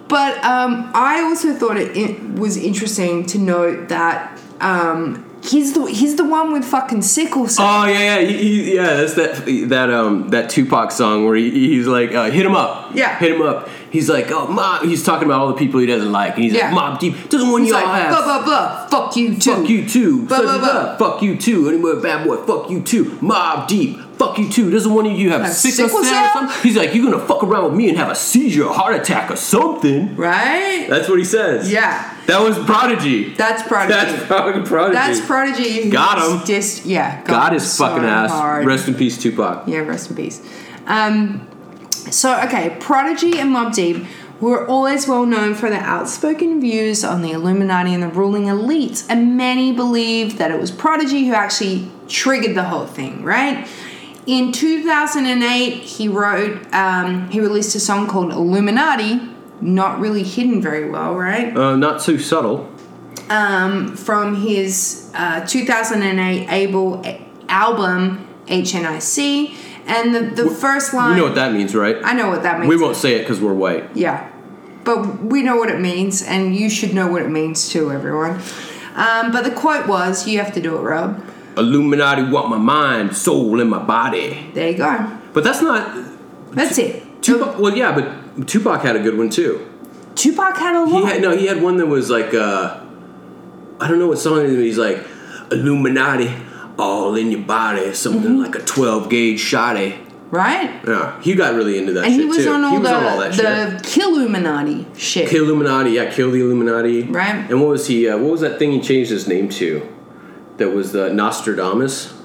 A: But um, I also thought it, it was interesting to note that um, he's the he's the one with fucking sickle cell.
B: oh yeah, yeah, he, he- yeah. That's that that um that Tupac song where he, he's like, uh, hit him up,
A: Yeah.
B: hit him up. He's like, oh mob. He's talking about all the people he doesn't like, and he's
A: Yeah.
B: like, mob deep doesn't want
A: He's
B: y'all
A: like,
B: ass.
A: blah blah blah. Fuck you too.
B: Fuck you too.
A: Blah,
B: Such
A: blah,
B: and
A: blah.
B: such. Fuck you too. Anywhere bad boy. Fuck you too. Mob deep. Fuck you too. Doesn't one of you have a sickle
A: sickle
B: cell?
A: cell?
B: Or something? He's like, you're gonna fuck around with me and have a seizure, a heart attack, or something.
A: Right?
B: That's what he says.
A: Yeah.
B: That was Prodigy.
A: That's prodigy.
B: That's fucking Prodigy.
A: That's prodigy. who
B: Got
A: was
B: him.
A: Dis- yeah. got
B: God
A: him
B: is fucking
A: so
B: ass.
A: hard.
B: Rest in peace, Tupac.
A: Yeah, rest in peace. Um, so, okay, Prodigy and Mob Deep were always well known for their outspoken views on the Illuminati and the ruling elites, and many believe that it was Prodigy who actually triggered the whole thing, right? In 2008, he wrote, um, he released a song called Illuminati, not really hidden very well, right?
B: Uh, not too subtle.
A: um, from his uh, 2008 Able eh, album HNIC, and the, the first line.
B: You know what that means, right?
A: I know what that means.
B: we won't say it because we're white.
A: Yeah, but we know what it means, and you should know what it means too, everyone. Um, but the quote was, "You have to do it, Rob."
B: Illuminati want my mind, soul, and my body.
A: There you go.
B: But that's not
A: That's it. Oh.
B: Tupac. Well, yeah, but Tupac had a good one too.
A: Tupac had a
B: He
A: lot.
B: had no. He had one that was like, uh, I don't know what song it is. But he's like, Illuminati, all in your body, something
A: Mm-hmm.
B: like a twelve gauge shotty.
A: right?
B: Yeah, he got really into that.
A: And
B: shit
A: he was
B: too.
A: on all
B: he was
A: the
B: on all that shit.
A: the Killuminati shit.
B: Kill Illuminati, yeah, kill the Illuminati.
A: Right.
B: And what was he? Uh, what was that thing he changed his name to? That was the Nostradamus.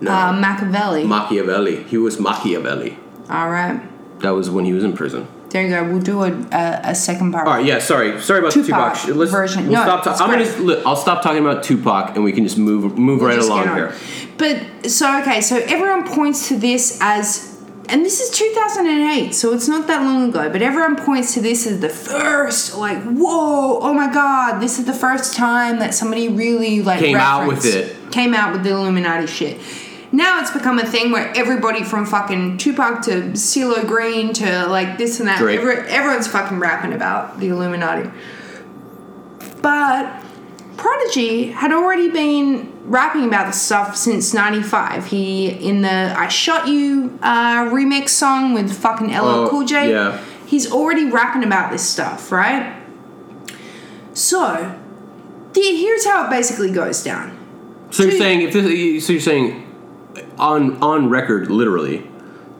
B: No,
A: uh, Machiavelli.
B: Machiavelli. He was Machiavelli.
A: all right.
B: That was when he was in prison.
A: There you go. We'll do a, a, a second part.
B: All right, yeah, sorry, sorry about the
A: Tupac
B: Tupac. shit. Let's
A: version.
B: We'll
A: No,
B: stop
A: it's
B: talking. I'm
A: great.
B: gonna. Look, I'll stop talking about Tupac, and we can just move move
A: We'll
B: right
A: just
B: along
A: get on.
B: here.
A: But so okay, so everyone points to this as, and this is 2008, so it's not that long ago. But everyone points to this as the first, like, whoa, oh my god, this is the first time that somebody really like
B: Came out with
A: referenced- came out with the Illuminati shit. Now it's become a thing where everybody from fucking Tupac to CeeLo Green to like this and that,
B: Drake.
A: every- everyone's fucking rapping about the Illuminati. But Prodigy had already been rapping about this stuff since 95. He, in the I Shot You uh, remix song with fucking LL
B: Oh,
A: Cool J,
B: yeah.
A: he's already rapping about this stuff, right? So, the- here's how it basically goes down.
B: So you're
A: Gee.
B: saying if this, so you're saying on on record, literally,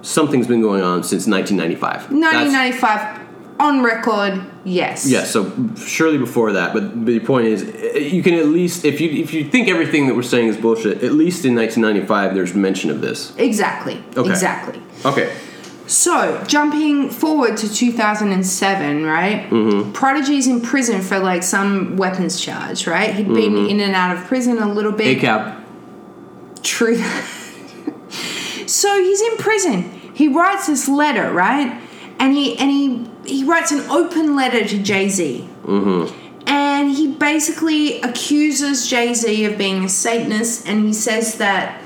B: something's been going on since 1995. That's-
A: 1995 on record, yes.
B: Yeah, so surely before that, but the point is, eh, you can at least if you if you think everything that we're saying is bullshit, at least in 1995 there's mention of this.
A: Exactly.
B: Okay.
A: Exactly.
B: Okay,
A: So, jumping forward to 2007, right? Mm-hmm. Prodigy's in prison for like some weapons charge, right? he had been in and out of prison a little bit.
B: ACAB.
A: True. so he's in prison. He writes this letter, right? And he and he he writes an open letter to Jay Z. Mm-hmm. And he basically accuses Jay Z of being a Satanist, and he says that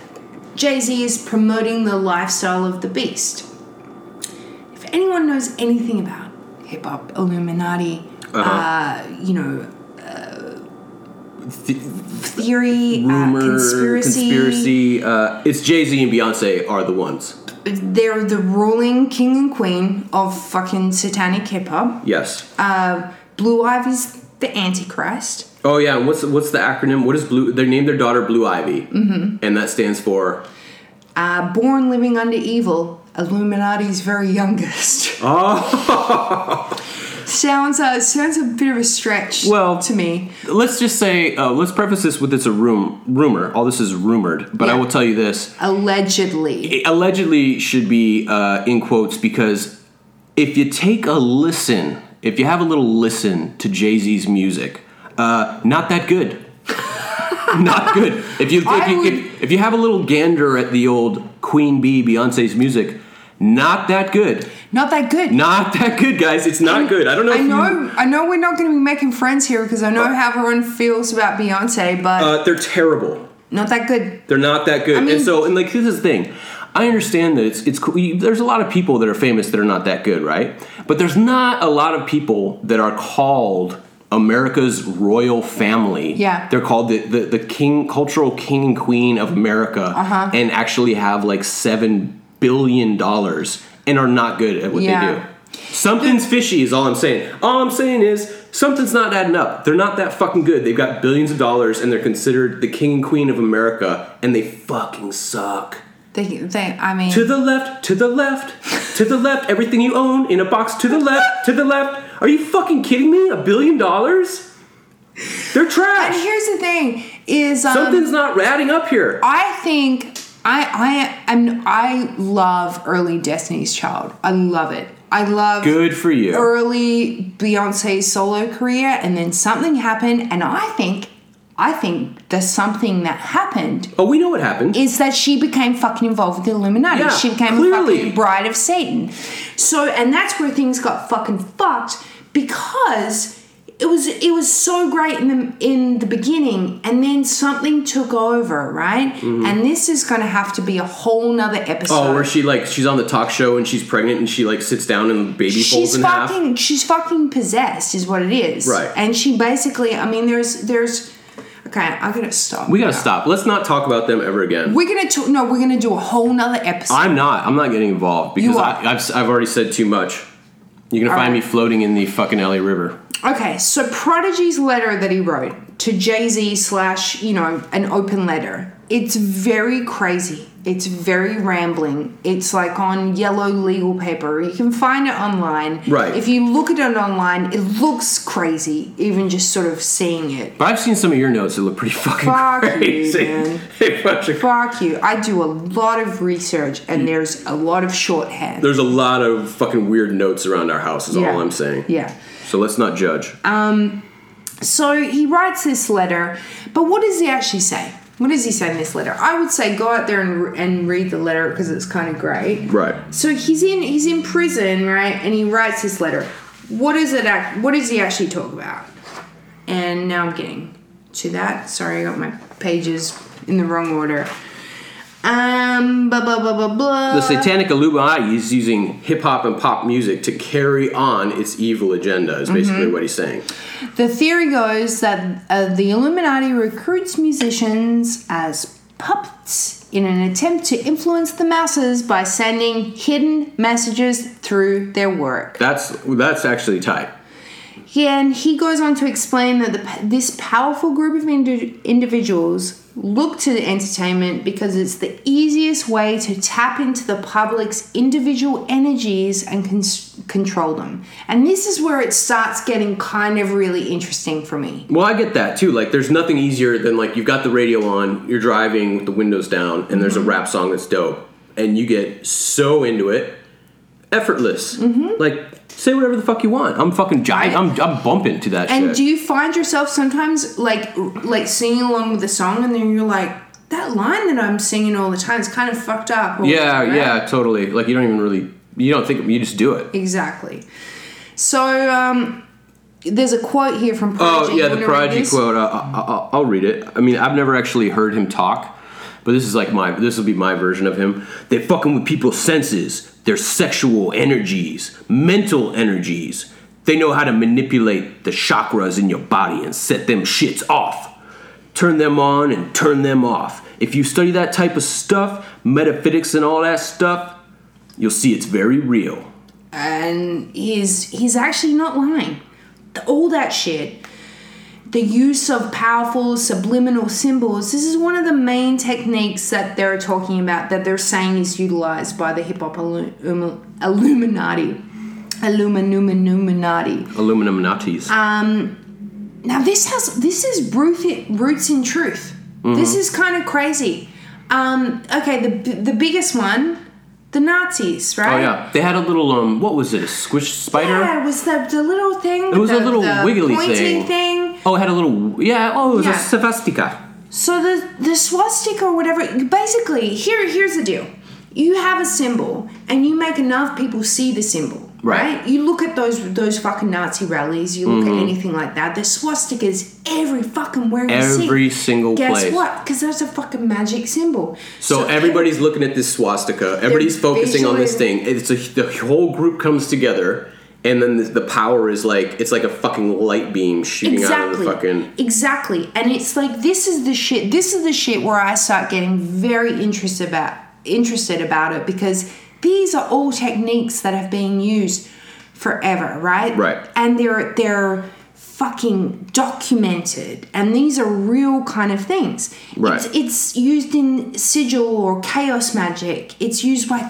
A: Jay Z is promoting the lifestyle of the beast. If anyone knows anything about hip hop, Illuminati, uh you know,
B: Th-
A: theory,
B: rumor,
A: uh,
B: conspiracy, uh, it's Jay Z and Beyonce are the ones.
A: they're the ruling king and queen of fucking satanic hip hop.
B: Yes.
A: Uh, Blue Ivy's the Antichrist.
B: oh yeah. and What's what's the acronym? What is blue? They named their daughter Blue Ivy, mm-hmm. and that stands for.
A: Uh, born living under evil, Illuminati's very youngest.
B: Oh.
A: sounds uh, sounds a bit of a stretch.
B: Well-
A: to me,
B: Let's just say. Uh, let's preface this with it's a room rumor. All this is rumored, but I
A: Yeah.
B: will tell you this.
A: allegedly,
B: it allegedly should be uh, in quotes because if you take a listen, if you have a little listen to Jay Z's music, uh, not that good. not good. If you if
A: I
B: you,
A: would-
B: if, if you have a little gander at the old Queen Bee Beyonce's music, not that good.
A: not that good.
B: Not that good, guys. It's not good. I don't know.
A: I
B: if you-
A: know, I know, we're not going to be making friends here because I know how everyone feels about Beyonce, but
B: uh, they're terrible.
A: not that good.
B: They're not that good.
A: I mean-
B: and so, and like this is the thing. I understand that it's it's cool. You- there's a lot of people that are famous that are not that good, right? But there's not a lot of people that are called America's royal family.
A: Yeah.
B: They're called the the, the king cultural king and queen of America
A: Uh-huh.
B: and actually have like 7 billion dollars and are not good at what
A: Yeah.
B: they do. Something's fishy is all I'm saying. All I'm saying is something's not adding up. They're not that fucking good. They've got billions of dollars and they're considered the king and queen of America and they fucking suck.
A: They, they, I mean,
B: To the left, to the left, to the left, everything you own in a box to the left, to the left. Are you fucking kidding me? A billion dollars? They're
A: and
B: trash.
A: here's the thing: is um,
B: Something's not adding up here.
A: I think I I am I love early Destiny's Child. I love it. I love
B: Good for you.
A: early Beyonce's solo career and then something happened and I think I think the something that happened
B: Oh, we know what happened.
A: is that she became fucking involved with the Illuminati.
B: Yeah,
A: she became
B: clearly.
A: a fucking bride of Satan. So and that's where things got fucking fucked because it was it was so great in the in the beginning and then something took over, right? And this is gonna have to be a whole nother episode.
B: Mm-hmm. Oh, where she like she's on the talk show and she's pregnant and she like sits down and the baby folds
A: she's
B: in half.
A: fucking she's fucking possessed is what it is.
B: Right.
A: And she basically I mean there's there's okay, I gotta stop.
B: We gotta stop. Let's not talk about them ever again.
A: We're gonna t- no, we're gonna do a whole nother episode.
B: I'm not. I'm not getting involved because
A: You
B: I,
A: are.
B: I've, s- I've already said too much. You're gonna
A: All
B: find
A: right.
B: me floating in the fucking LA River.
A: Okay, so Prodigy's letter that he wrote to Jay Z slash, you know, an open letter. It's very crazy. It's very rambling. It's like on yellow legal paper. You can find it online.
B: Right.
A: If you look at it online, it looks crazy, even just sort of seeing it.
B: But I've seen some of your notes that look pretty fucking
A: Fuck you,
B: crazy.
A: man.
B: Hey, bunch of-
A: Fuck you. I do a lot of research
B: Mm.
A: and there's a lot of shorthand.
B: There's a lot of fucking weird notes around our house. Is all I'm saying.
A: Yeah.
B: So let's not judge.
A: So he writes this letter, but what does he actually say? What does he say in this letter? I would say go out there and, and read the letter because it's kind of great.
B: right.
A: So he's in he's in prison, right? And he writes this letter. What is it? Act, what does he actually talk about? And now I'm getting to that. Sorry, I got my pages in the wrong order. Um, blah blah blah blah blah.
B: The Satanic Illuminati is using hip hop and pop music to carry on its evil agenda. Is basically
A: Mm-hmm.
B: what he's saying.
A: The theory goes that uh, the Illuminati recruits musicians as puppets in an attempt to influence the masses by sending hidden messages through their work.
B: That's that's actually tight.
A: Yeah, and he goes on to explain that the, this powerful group of indi- individuals look to entertainment because it's the easiest way to tap into the public's individual energies and cons- control them. And this is where it starts getting kind of really interesting for me.
B: Well, I get that too. Like, there's nothing easier than like you've got the radio on, you're driving with the windows down, and there's a rap song that's dope, and you get so into it, effortless. Like, say whatever the fuck you want. I'm fucking jiving. I'm I'm bumping to that
A: And
B: shit.
A: do you find yourself sometimes like like singing along with the song and then you're like that line that I'm singing all the time is kind of fucked up. or
B: yeah,
A: whatever."
B: yeah, totally. Like, you don't even really, you don't think you just do it.
A: Exactly. So um, there's a quote here from Prodigy.
B: Oh
A: You
B: yeah, the
A: wanna read
B: Prodigy
A: this?
B: quote. Uh, I, I, I'll read it. I mean, I've never actually heard him talk, but this is like my this will be my version of him. They fucking with people's senses, their sexual energies, mental energies. They know how to manipulate the chakras in your body and set them shits off. Turn them on and turn them off. If you study that type of stuff, metaphysics and all that stuff, you'll see it's very real.
A: and he's he's actually not lying. The- All that shit, the use of powerful subliminal symbols. This is one of the main techniques that they're talking about. That they're saying is utilized by the hip hop illu- um, Illuminati, Illuminum Illuminati.
B: Aluminum Nazis.
A: Now this has this is root, roots in truth.
B: Mm-hmm.
A: This is kind of crazy. Um, okay, the the biggest one, the Nazis, right?
B: oh yeah, they had a little um, what was it? A squish spider.
A: Yeah, it was the, the little thing. It
B: was a little wiggly
A: pointy
B: thing.
A: thing.
B: Oh, it had a little. Yeah. Oh, it was
A: Yeah.
B: a svastika.
A: So the the swastika or whatever. Basically, here here's the deal. You have a symbol, and you make enough people see the symbol,
B: Right. Mm-hmm.
A: right? You look at those those fucking Nazi rallies. You look at anything like that. There's swastikas every fucking where you see.
B: Every single
A: Guess
B: place.
A: what? Because that's a fucking magic symbol.
B: So everybody's looking at this swastika. Everybody's focusing on this
A: visually-
B: thing. It's a, the whole group comes together, and then the, the power is like it's like a fucking light beam shooting out of
A: exactly
B: the fucking.
A: exactly and it's like this is the shit this is the shit where i start getting very interested about interested about it because these are all techniques that have been used forever right
B: Right.
A: and they're they're fucking documented and these are real kind of things
B: Right.
A: it's, it's used in sigil or chaos magic it's used by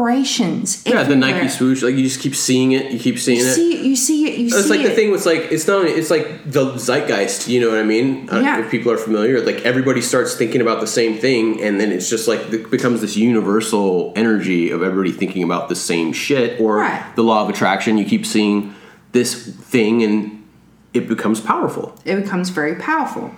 A: corporations
B: Yeah, the Nike
A: everywhere.
B: swoosh. Like you just keep seeing it. You keep seeing
A: you
B: it.
A: see it you see it you see
B: it's like
A: it
B: the thing was like it's not it's like the zeitgeist you know what i mean Uh,
A: Yeah.
B: if people are familiar like everybody starts thinking about the same thing and then it's just like it becomes this universal energy of everybody thinking about the same shit or
A: Right.
B: the law of attraction you keep seeing this thing and it becomes powerful
A: it becomes very powerful.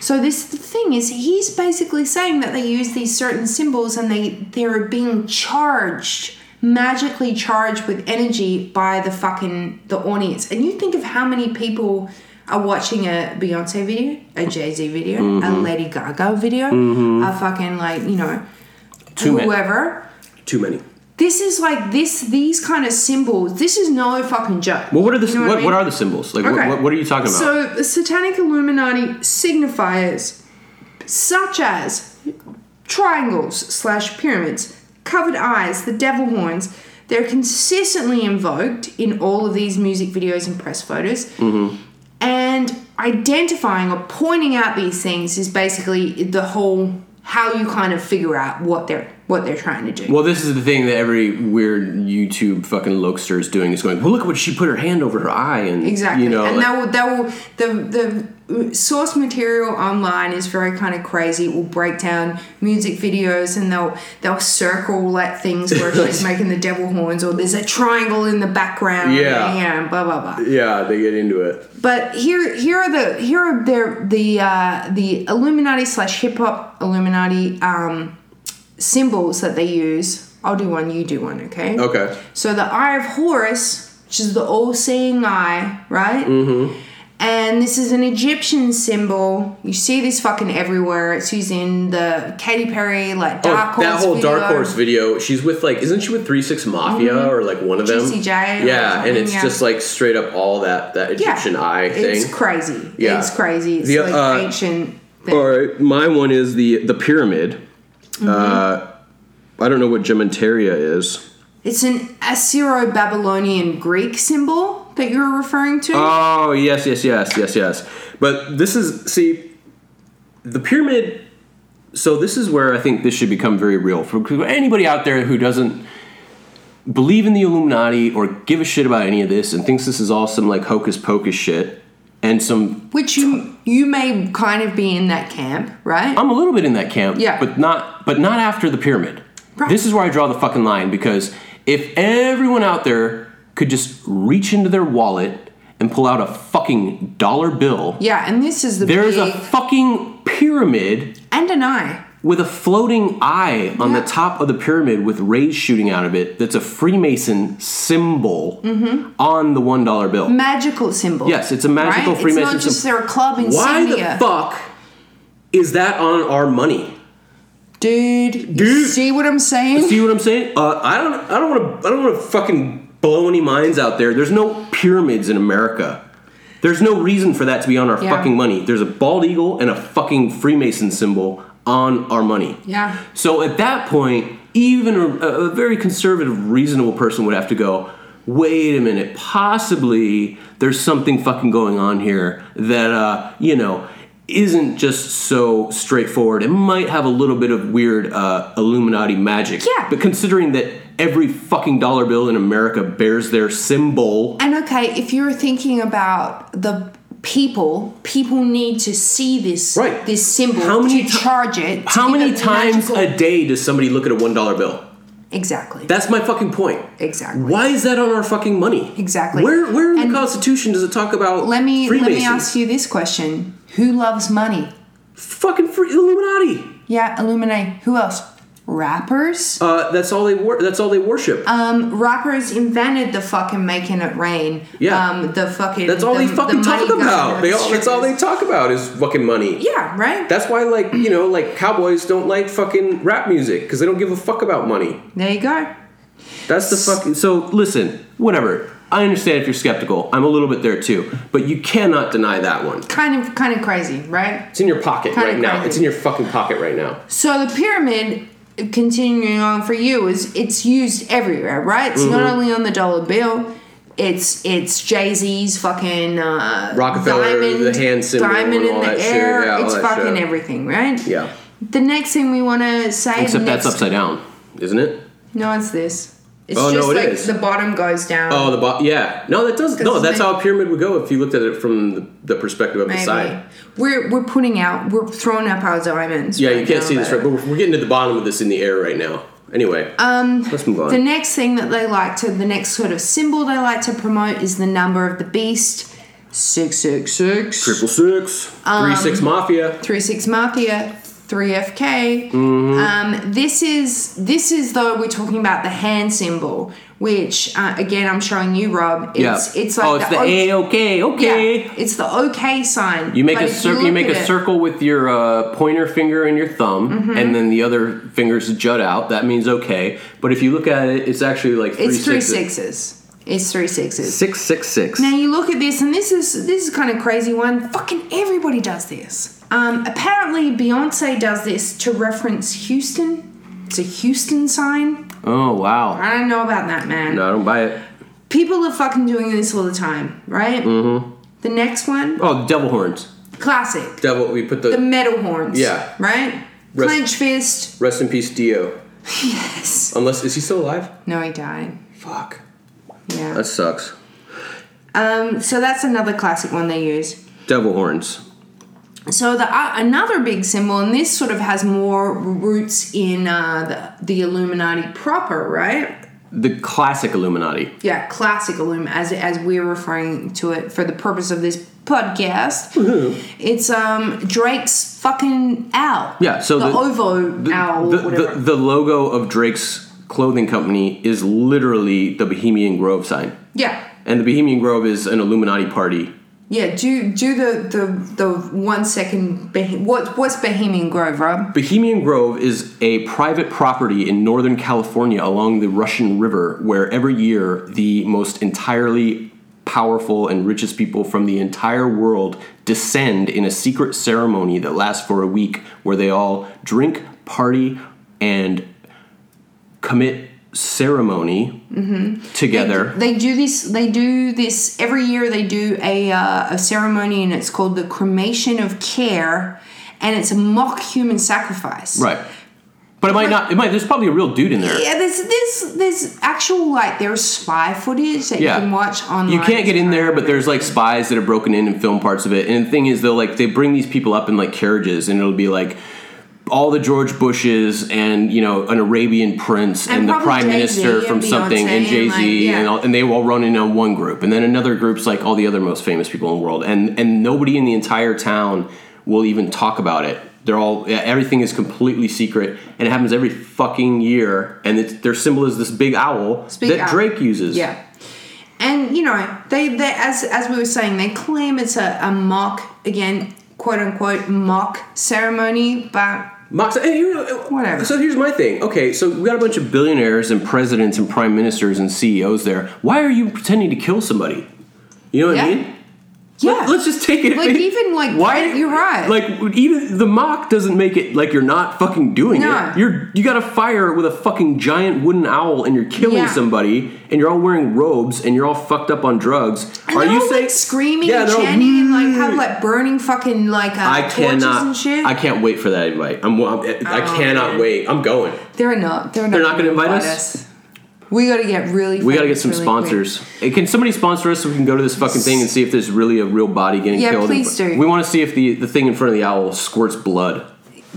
A: So this the thing is he's basically saying that they use these certain symbols and they they're being charged magically charged with energy by the fucking the audience. And you think of how many people are watching a Beyonce video, a Jay Z video,
B: Mm-hmm.
A: a Lady Gaga video, a fucking like you know
B: Too many.
A: whoever.
B: too many
A: This is like this these kind of symbols. This is no fucking joke.
B: well what are the
A: You know
B: what,
A: what I
B: what
A: mean?
B: are the symbols like what,
A: Okay.
B: what, what are you talking about
A: So, the satanic Illuminati signifiers such as triangles slash pyramids, covered eyes, the devil horns, they're consistently invoked in all of these music videos and press photos.
B: Mm-hmm.
A: And identifying or pointing out these things is basically the whole how you kind of figure out what they're what they're trying to do.
B: Well, this is the thing that every weird YouTube fucking lookster is doing is going, well, look what she put her hand over her eye. And,
A: Exactly.
B: you know,
A: and
B: like-
A: that will that will the the source material online is very kind of crazy. It will break down music videos and they'll they'll circle like things where she's making the devil horns or there's a triangle in the background.
B: Yeah.
A: Yeah, and blah blah blah.
B: yeah, they get into it.
A: But here, here are the here are their the uh, the Illuminati slash hip hop Illuminati um, symbols that they use. I'll do one. You do one. Okay.
B: Okay.
A: So the Eye of Horus, which is the all-seeing eye, right? Mm-hmm. And this is an Egyptian symbol. You see this fucking everywhere. It's used in the Katy Perry like
B: Oh,
A: Dark Horse
B: that whole
A: video.
B: Dark Horse video. She's with like, isn't she with Three Six Mafia or like one of them?
A: Juicy J or
B: Yeah, and
A: something,
B: it's
A: yeah.
B: just like straight up all that that
A: Yeah.
B: Egyptian eye thing.
A: It's crazy.
B: Yeah.
A: It's crazy. It's
B: The,
A: like
B: uh,
A: ancient. Thing.
B: all right, my one is the the pyramid.
A: Mm-hmm.
B: Uh, I don't know what Geminteria is.
A: It's an Assyro Babylonian Greek symbol that you were referring to?
B: Oh yes, yes, yes, yes, yes. But this is see the pyramid. So this is where I think this should become very real for anybody out there who doesn't believe in the Illuminati or give a shit about any of this and thinks this is all some like hocus pocus shit and some.
A: Which you you may kind of be in that camp, right?
B: I'm a little bit in that camp,
A: Yeah.
B: but not but not after the pyramid.
A: Right.
B: This is where I draw the fucking line because if everyone out there could just reach into their wallet and pull out a fucking dollar bill
A: yeah, and this is the
B: There is a
A: big
B: fucking pyramid
A: and an eye.
B: with a floating eye on the top of the pyramid with rays shooting out of it that's a Freemason symbol
A: Mm-hmm.
B: on the $1 bill.
A: Mm, Magical symbol.
B: Yes, it's a magical
A: right?
B: Freemason
A: It's not just
B: sym-
A: their club
B: Why
A: insignia.
B: the fuck is that on our money?
A: Dude, you
B: Dude.
A: see what I'm saying?
B: See what I'm saying? Uh, I don't I don't want to I don't want to fucking blow any minds out there. There's no pyramids in America. There's no reason for that to be on our
A: Yeah.
B: fucking money. There's a bald eagle and a fucking Freemason symbol on our money.
A: Yeah.
B: So at that point, even a, a very conservative, reasonable person would have to go, wait a minute, possibly there's something fucking going on here that, uh, you know, isn't just so straightforward. It might have a little bit of weird uh, Illuminati magic.
A: Yeah.
B: But considering that every fucking dollar bill in America bears their symbol,
A: And okay, if you're thinking about the people, people need to see this
B: Right.
A: this symbol
B: How many
A: to
B: ti-
A: charge it. to
B: how
A: give
B: many
A: it
B: times
A: magical-
B: a day does somebody look at a $1 bill?
A: Exactly.
B: That's my fucking point.
A: exactly.
B: Why is that on our fucking money?
A: Exactly.
B: Where where in
A: And-
B: the Constitution does it talk about
A: Let me let
B: Freemasons?
A: me ask you this question. Who loves money?
B: Fucking free, Illuminati.
A: Yeah, Illuminate. Who else? Rappers?
B: Uh, that's all they wor- that's all they worship.
A: Um, rappers invented the fucking making it rain.
B: Yeah.
A: Um, the fucking
B: that's all
A: the-
B: they
A: the
B: fucking
A: money
B: talk
A: guy,
B: about.
A: the
B: They all, that's all they
A: strippers.
B: talk about is fucking money.
A: Yeah, right?
B: That's why like, you know, like cowboys don't like fucking rap music cuz they don't give a fuck about money.
A: there you go.
B: That's the fucking So listen, whatever. I understand if you're skeptical. I'm a little bit there too, but you cannot deny that one.
A: Kind of kind of crazy, right?
B: It's in your pocket
A: Kinda
B: right now.
A: crazy.
B: It's in your fucking pocket right now.
A: So the pyramid, continuing on for you, is it's used everywhere, right? It's
B: Mm-hmm.
A: not only on the dollar bill. It's it's Jay Z's fucking uh,
B: Rockefeller,
A: diamond,
B: the hand symbol
A: diamond
B: and
A: in
B: all
A: the
B: that shit.
A: air.
B: Yeah, all
A: it's
B: that
A: fucking
B: shit.
A: everything, right?
B: Yeah.
A: The next thing we want to say. the
B: Except that's
A: next-
B: upside down, isn't it?
A: No, it's this. It's
B: Oh, no,
A: just
B: it
A: like
B: is.
A: the bottom goes down.
B: Oh, the bot. Yeah, no, that does. No,
A: it's
B: that's
A: made-
B: how a pyramid would go if you looked at it from the, the perspective of the
A: maybe.
B: side.
A: We're we're putting out. We're throwing up our diamonds.
B: Yeah, you
A: right
B: can't
A: now,
B: see this
A: but-
B: right, but we're, we're getting to the bottom of this in the air right now. Anyway, um, let's move on.
A: The next thing that they like to, the next sort of symbol they like to promote is the number of the beast, six six six,
B: Triple six, three
A: Um,
B: six mafia.
A: three six mafia, three FK.
B: Mm-hmm.
A: Um, this is this is though we're talking about the hand symbol, which uh, again I'm showing you, Rob. It's it's like
B: oh, it's the, A OK OK.
A: yeah, it's the OK sign.
B: You make
A: But
B: a
A: if
B: cir- you
A: look
B: make
A: at
B: a
A: it- Mm-hmm.
B: circle with your uh, pointer finger and your thumb, and then the other fingers jut out. That means okay. But if you look at it, it's actually like three
A: It's three
B: sixes.
A: sixes. It's three sixes.
B: Six six six.
A: Now you look at this, and this is this is kind of crazy one. Fucking everybody does this. Um, apparently, Beyonce does this to reference Houston. It's a Houston sign.
B: Oh wow.
A: I don't know about that, man.
B: No, I don't buy it.
A: People are fucking doing this all the time, right? Mm-hmm. The next one,
B: Oh, devil horns.
A: classic.
B: Devil. We put the,
A: The metal horns.
B: Yeah.
A: Right.
B: Rest-
A: Clench fist.
B: rest in peace Dio.
A: Yes.
B: Unless is he still alive?
A: No, he died.
B: Fuck.
A: Yeah.
B: That sucks.
A: Um. So that's another classic one they use.
B: Devil horns.
A: So the uh, another big symbol, and this sort of has more roots in uh, the the Illuminati proper, right?
B: The classic Illuminati.
A: Yeah, classic Illum, as as we're referring to it for the purpose of this podcast.
B: Mm-hmm.
A: It's um Drake's fucking owl.
B: Yeah, so
A: the,
B: the-
A: ovo owl,
B: the,
A: whatever.
B: the, the logo of Drake's clothing company is literally the Bohemian Grove sign.
A: yeah,
B: And the Bohemian Grove is an Illuminati party.
A: yeah. Do do the the the one second. Beh- what what's Bohemian Grove, Rob?
B: Bohemian Grove is a private property in Northern California along the Russian River where every year the most entirely powerful and richest people from the entire world descend in a secret ceremony that lasts for a week where they all drink, party, and commit ceremony together.
A: They do this. They do this every year. They do a uh, a ceremony, and it's called the cremation of care, and it's a mock human sacrifice.
B: Right. But it might not. It might. There's probably a real dude in there.
A: Yeah, there's there's there's actual like there's spy footage that
B: Yeah.
A: you can watch online.
B: You can't get in there, but there's like spies that have broken in and filmed parts of it. And the thing is, they'll like they bring these people up in like carriages, and it'll be like all the George Bushes and you know an Arabian prince and,
A: And
B: the
A: probably
B: prime
A: Jay-Z
B: minister
A: and
B: from something
A: Beyonce
B: and
A: and,
B: Jay Z,
A: like, yeah.
B: and, all- and they all run in on one group, and then another group's like all the other most famous people in the world, and and nobody in the entire town will even talk about it. They're all yeah, everything is completely secret, and it happens every fucking year. And it's, their symbol is this big owl
A: big
B: that
A: owl.
B: Drake uses.
A: Yeah. And you know, they, they as as we were saying, they claim it's a, a mock again, quote unquote mock ceremony, but
B: Mox, and eh, here,
A: Whatever.
B: So here's my thing. Okay, so we got a bunch of billionaires and presidents and prime ministers and CEOs there. Why are you pretending to kill somebody? You know what I
A: Yeah.
B: mean?
A: yeah.
B: Let, us just take it.
A: Like, even, like, you're right.
B: Like even the mock doesn't make it like you're not fucking doing
A: No.
B: it. You're you got a fire with a fucking giant wooden owl and you're killing
A: Yeah.
B: somebody and you're all wearing robes and you're all fucked up on drugs.
A: And
B: are
A: they're
B: you
A: all,
B: saying
A: like screaming
B: Yeah,
A: and
B: they're all, hmm.
A: chanting and like have like burning fucking like uh,
B: I
A: torches
B: cannot.
A: and shit?
B: I can't wait for that invite. I'm, I'm, I
A: Oh,
B: cannot
A: man.
B: wait. I'm going.
A: they're not. They're not.
B: They're not
A: gonna
B: gonna invite us?
A: We gotta get really.
B: We gotta get
A: famous
B: some
A: really quick.
B: sponsors. Hey, can somebody sponsor us so we can go to this fucking thing and see if there's really a real body getting
A: Yeah,
B: killed? in
A: please
B: fr-
A: do.
B: We want to see if the, the thing in front of the owl squirts blood.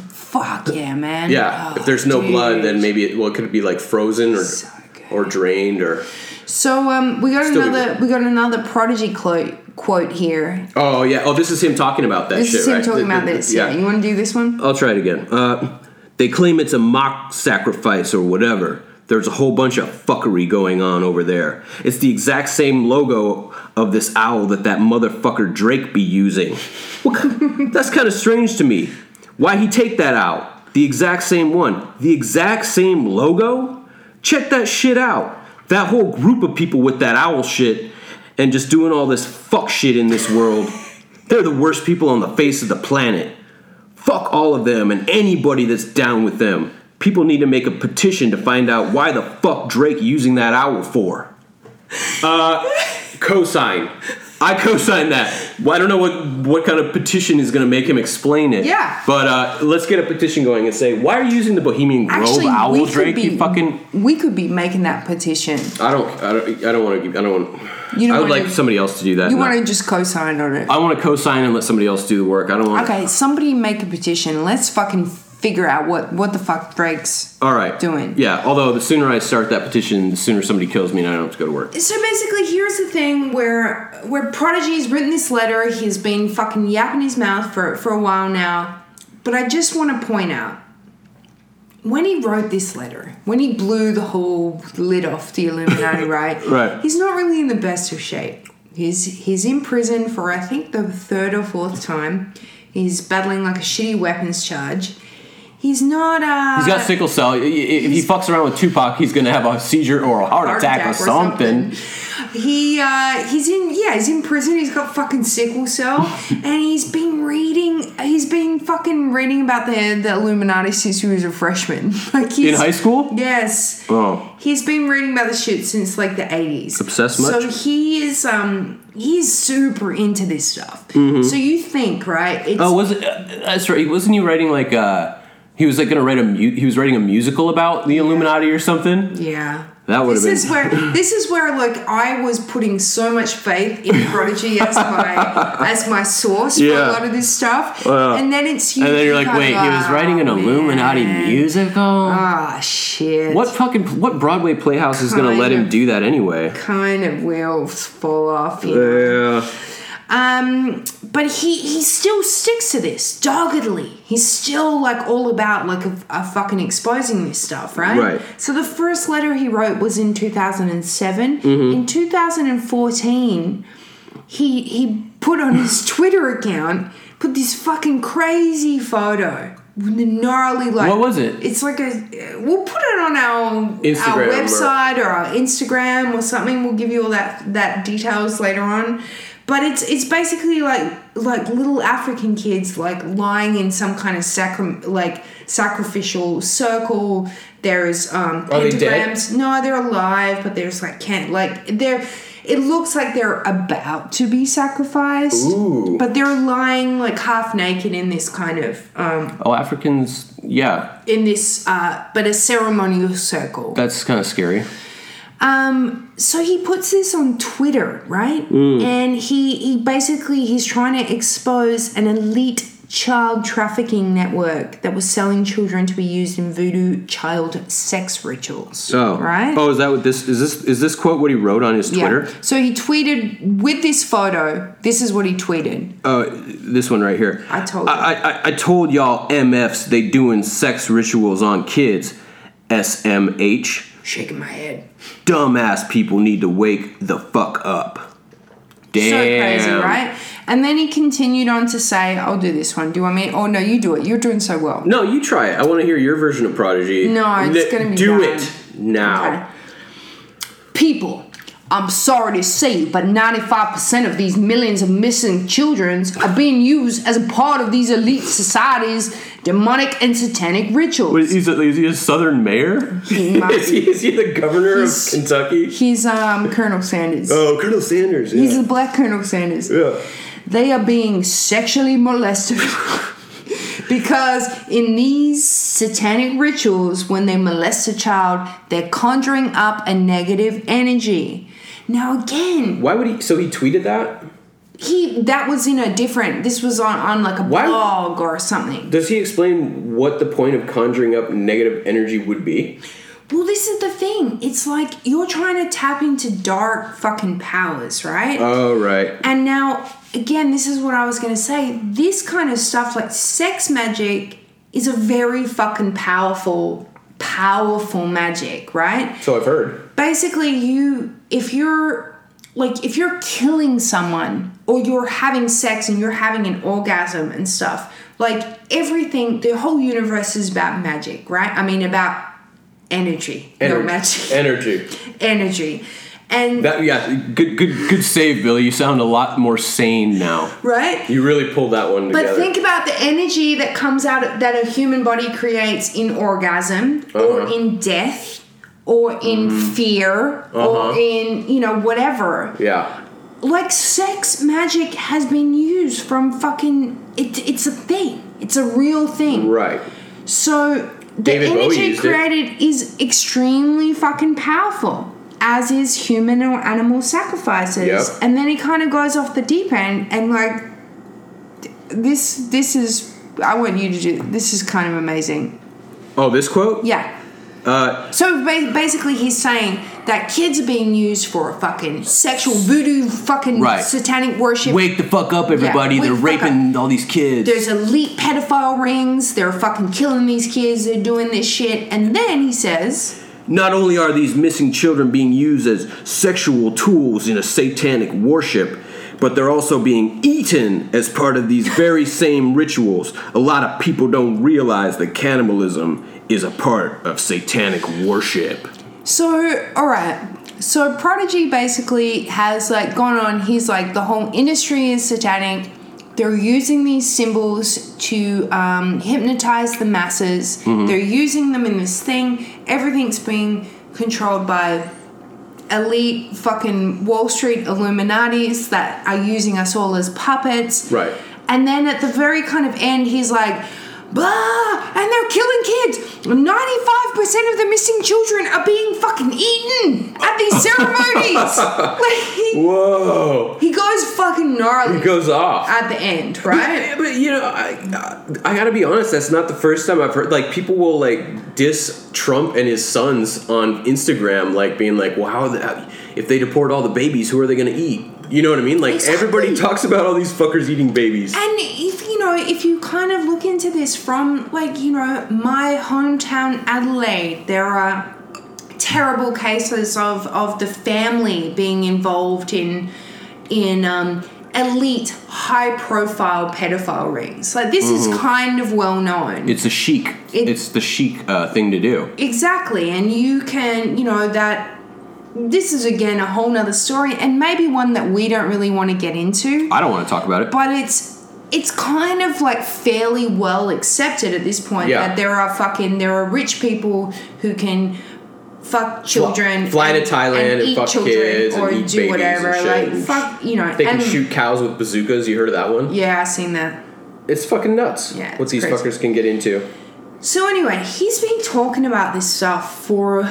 A: Fuck yeah, man.
B: Yeah.
A: Oh,
B: if there's no
A: dude.
B: blood, then maybe it, well, it could be like frozen or
A: So good.
B: or drained or.
A: So um, we got
B: Still
A: another.
B: good.
A: We got another prodigy quote quote here.
B: Oh yeah. Oh, this is him talking about that
A: This
B: shit.
A: is him
B: right?
A: talking
B: The-
A: about
B: the-
A: this. Yeah. You want to do this one?
B: I'll try it again. Uh, they claim it's a mock sacrifice or whatever. There's a whole bunch of fuckery going on over there. It's the exact same logo of this owl that that motherfucker Drake be using. What kind, that's kind of strange to me. Why he take that out? The exact same one. The exact same logo? Check that shit out. That whole group of people with that owl shit and just doing all this fuck shit in this world. They're the worst people on the face of the planet. Fuck all of them and anybody that's down with them. People need to make a petition to find out why the fuck Drake using that owl for. Uh, cosign. I cosign that. Well, I don't know what what kind of petition is going to make him explain it.
A: Yeah.
B: But uh, let's get a petition going and say, why are you using the Bohemian Grove owl, Drake? you fucking.
A: We could be making that petition.
B: I don't. I don't. I don't want to. I don't want.
A: You don't
B: I would
A: wanna-
B: like somebody else to do that.
A: You
B: not-
A: want to just co-sign on it?
B: I want to co-sign and let somebody else do the work. I don't want.
A: Okay, somebody make a petition. Let's fucking figure out what what the fuck Drake's.
B: All right.
A: doing.
B: Yeah. Although the sooner I start that petition, the sooner somebody kills me and I don't have to go to work.
A: So basically, here's the thing where where Prodigy's written this letter. He's been fucking yapping his mouth for for a while now. But I just want to point out when he wrote this letter, when he blew the whole lid off the Illuminati, right?
B: Right.
A: He's not really in the best of shape. He's he's in prison for I think the third or fourth time. He's battling like a shitty weapons charge. He's not. Uh,
B: He's got sickle cell. I- I- If he fucks around with Tupac, he's gonna have a seizure or a heart,
A: heart
B: attack, or something.
A: something. He uh, he's in yeah he's in prison. He's got fucking sickle cell, and he's been reading. He's been fucking reading about the the Illuminati since he was a freshman. Like he's,
B: In high school?
A: Yes.
B: Oh.
A: He's been reading about the shit since like the eighties.
B: Obsessed much?
A: So he is um he's super into this stuff. So you think right? It's,
B: Mm-hmm. Oh, was it? uh, That's right. Wasn't he writing like uh He was like gonna write a mu- he was writing a musical about the Illuminati or something.
A: Yeah.
B: That would've
A: This is
B: been-
A: where this is where like I was putting so much faith in Prodigy as my as my source for
B: Yeah.
A: a lot of this stuff. and then it's you
B: And then you're like,
A: kind of
B: wait, he was writing an
A: oh,
B: Illuminati
A: man.
B: musical.
A: Ah shit.
B: what fucking what Broadway playhouse is gonna
A: Kind
B: let him
A: of.
B: do that anyway?
A: kind of will fall off you know?
B: Yeah.
A: Um, but he he still sticks to this doggedly. He's still like all about like a, a fucking exposing this stuff, right?
B: Right.
A: So the first letter he wrote was in 2007.
B: Mm-hmm.
A: In 2014, he he put on his Twitter account put this fucking crazy photo. with the Gnarly, like
B: What was it?
A: It's like a. We'll put it on our
B: Instagram
A: our
B: or-
A: website or our Instagram or something. We'll give you all that that details later on. But it's it's basically like like little African kids like lying in some kind of sacram like sacrificial circle. There is um,
B: Are they dead?
A: pentagrams. No, they're alive, but there's like can't like they're. It looks like they're about to be sacrificed,
B: Ooh.
A: but they're lying like half naked in this kind of um,
B: Oh, Africans, yeah,
A: in this uh, but a ceremonial circle.
B: that's kind of scary.
A: Um, so he puts this on Twitter, right?
B: Mm.
A: And he he basically he's trying to expose an elite child trafficking network that was selling children to be used in voodoo child sex rituals.
B: Oh,
A: right.
B: Oh, is that what this is? This is this quote what he wrote on his Twitter?
A: Yeah. So he tweeted with this photo. This is what he tweeted.
B: Uh, this one right here.
A: I told you.
B: I, I, I told y'all MFs they doing sex rituals on kids. SMH.
A: Shaking my head.
B: Dumbass people need to wake the fuck up. Damn.
A: So crazy, right? And then he continued on to say, "I'll do this one. Do you want me? Oh no, you do it. You're doing so well."
B: No, you try it. I want to hear your version of Prodigy.
A: No, it's
B: Th-
A: gonna be
B: Do
A: bad.
B: it now.
A: Okay. People, I'm sorry to say, but 95% of these millions of missing children are being used as a part of these elite societies' demonic and satanic rituals.
B: What, he's a, is he a southern mayor?
A: He might
B: is, he, is he the governor of
A: He's-
B: Kentucky?
A: He's um, Colonel Sanders.
B: Oh, Colonel Sanders. Yeah.
A: He's the black Colonel Sanders.
B: yeah.
A: They are being sexually molested. Because in these satanic rituals, when they molest a child, they're conjuring up a negative energy. Now, again,
B: Why would he? So he tweeted that.
A: he that was in a different this was on on like a
B: Why-
A: blog or something
B: Does he explain what the point of conjuring up negative energy would be?
A: well this is the thing it's like you're trying to tap into dark fucking powers right
B: Oh, right.
A: and now again this is what i was gonna say this kind of stuff like sex magic is a very fucking powerful powerful magic right
B: So I've heard.
A: basically you if you're like if you're killing someone or you're having sex and you're having an orgasm and stuff like everything the whole universe is about magic right i mean about energy no
B: Energy.
A: magic
B: Energy.
A: energy and
B: That yeah. Good good good save, Billy. You sound a lot more sane now.
A: right
B: You really pulled that one
A: But
B: together.
A: think about the energy that comes out that a human body creates in orgasm or
B: Uh-huh. Mm.
A: in death or in fear
B: Uh-huh.
A: or in, you know, whatever.
B: yeah.
A: like sex magic has been used from fucking it, it's a thing it's a real thing
B: Right.
A: so the
B: David Bowie
A: energy
B: used it.
A: created is extremely fucking powerful as is human or animal sacrifices
B: Yep.
A: and then he kind of goes off the deep end and like th- this this is i want you to do this is kind of amazing
B: Oh, this quote.
A: yeah
B: Uh,
A: so ba- basically, he's saying that kids are being used for fucking sexual voodoo, fucking
B: Right.
A: satanic worship.
B: wake the fuck up,
A: everybody. wake They're the fuck raping
B: all these kids.
A: there's elite pedophile rings. They're fucking killing these kids. They're doing this shit. And then he says,
B: Not only are these missing children being used as sexual tools in a satanic worship, but they're also being eaten as part of these very same rituals. A lot of people don't realize that cannibalism is a part of satanic worship.
A: so, all right. So Prodigy basically has like gone on. He's like, the whole industry is satanic. They're using these symbols to um, hypnotize the masses. They're using them in this thing. Everything's being controlled by elite fucking Wall Street Illuminatis that are using us all as puppets.
B: Right.
A: And then at the very kind of end, he's like, blah, and they're killing kids. 95% of the missing children are being fucking eaten at these ceremonies. like, he,
B: Whoa!
A: he goes fucking gnarly
B: It goes off.
A: at the end, right?
B: Yeah, but you know, I, I I gotta be honest. That's not the first time I've heard. Like people will like diss Trump and his sons on Instagram, like being like, "Well, how the, if they deport all the babies, who are they gonna eat?" You know what I mean? Like everybody
A: Exactly.
B: talks about all these fuckers eating babies.
A: And if you know, if you kind of look into this from like, you know, my hometown Adelaide, there are terrible cases of, of the family being involved in in um, elite high profile pedophile rings. Like this is kind of well known.
B: It's a chic.
A: It- It's
B: the chic uh, thing to do.
A: exactly. And you can, you know, that this is again a whole nother story and maybe one that we don't really want to get into
B: I don't want to talk about it.
A: but it's it's kind of like fairly well accepted at this point
B: Yeah.
A: that there are fucking there are rich people who can fuck children
B: fly to Thailand and
A: eat
B: fuck
A: children
B: kids and
A: or
B: eat
A: do
B: babies
A: whatever
B: and shit.
A: like fuck you know
B: They can
A: and-
B: shoot cows with bazookas. You heard of that one?
A: yeah i seen that
B: It's fucking nuts.
A: Yeah,
B: what
A: it's
B: these
A: crazy.
B: fuckers can get into.
A: So anyway, he's been talking about this stuff for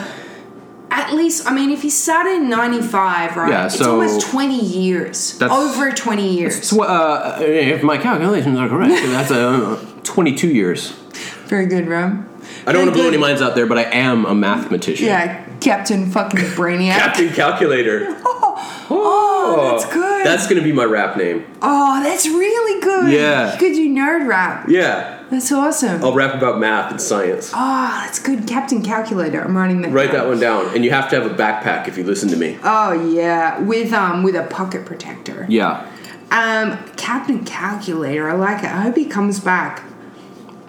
A: at least I mean if he started in 95, right?
B: Yeah,
A: it's
B: so-
A: almost 20 years.
B: That's-
A: over 20 years.
B: So, uh, if my calculations are correct, that's uh, 22 years.
A: Very good, Ram.
B: I don't want to
A: Very
B: blow
A: good.
B: any minds out there, but I am a mathematician.
A: Yeah, Captain fucking Brainiac.
B: Captain Calculator.
A: oh, oh, that's good.
B: That's gonna be my rap name.
A: oh, that's really good.
B: Yeah. Oh.
A: You could do nerd rap.
B: Yeah,
A: That's awesome.
B: I'll rap about math and science.
A: Oh, that's good. Captain Calculator. I'm writing that.
B: Write
A: down.
B: that one down, and you have to have a backpack if you listen to me.
A: Oh yeah, with um with a pocket protector.
B: Yeah,
A: Um, Captain Calculator, I like it. I hope he comes back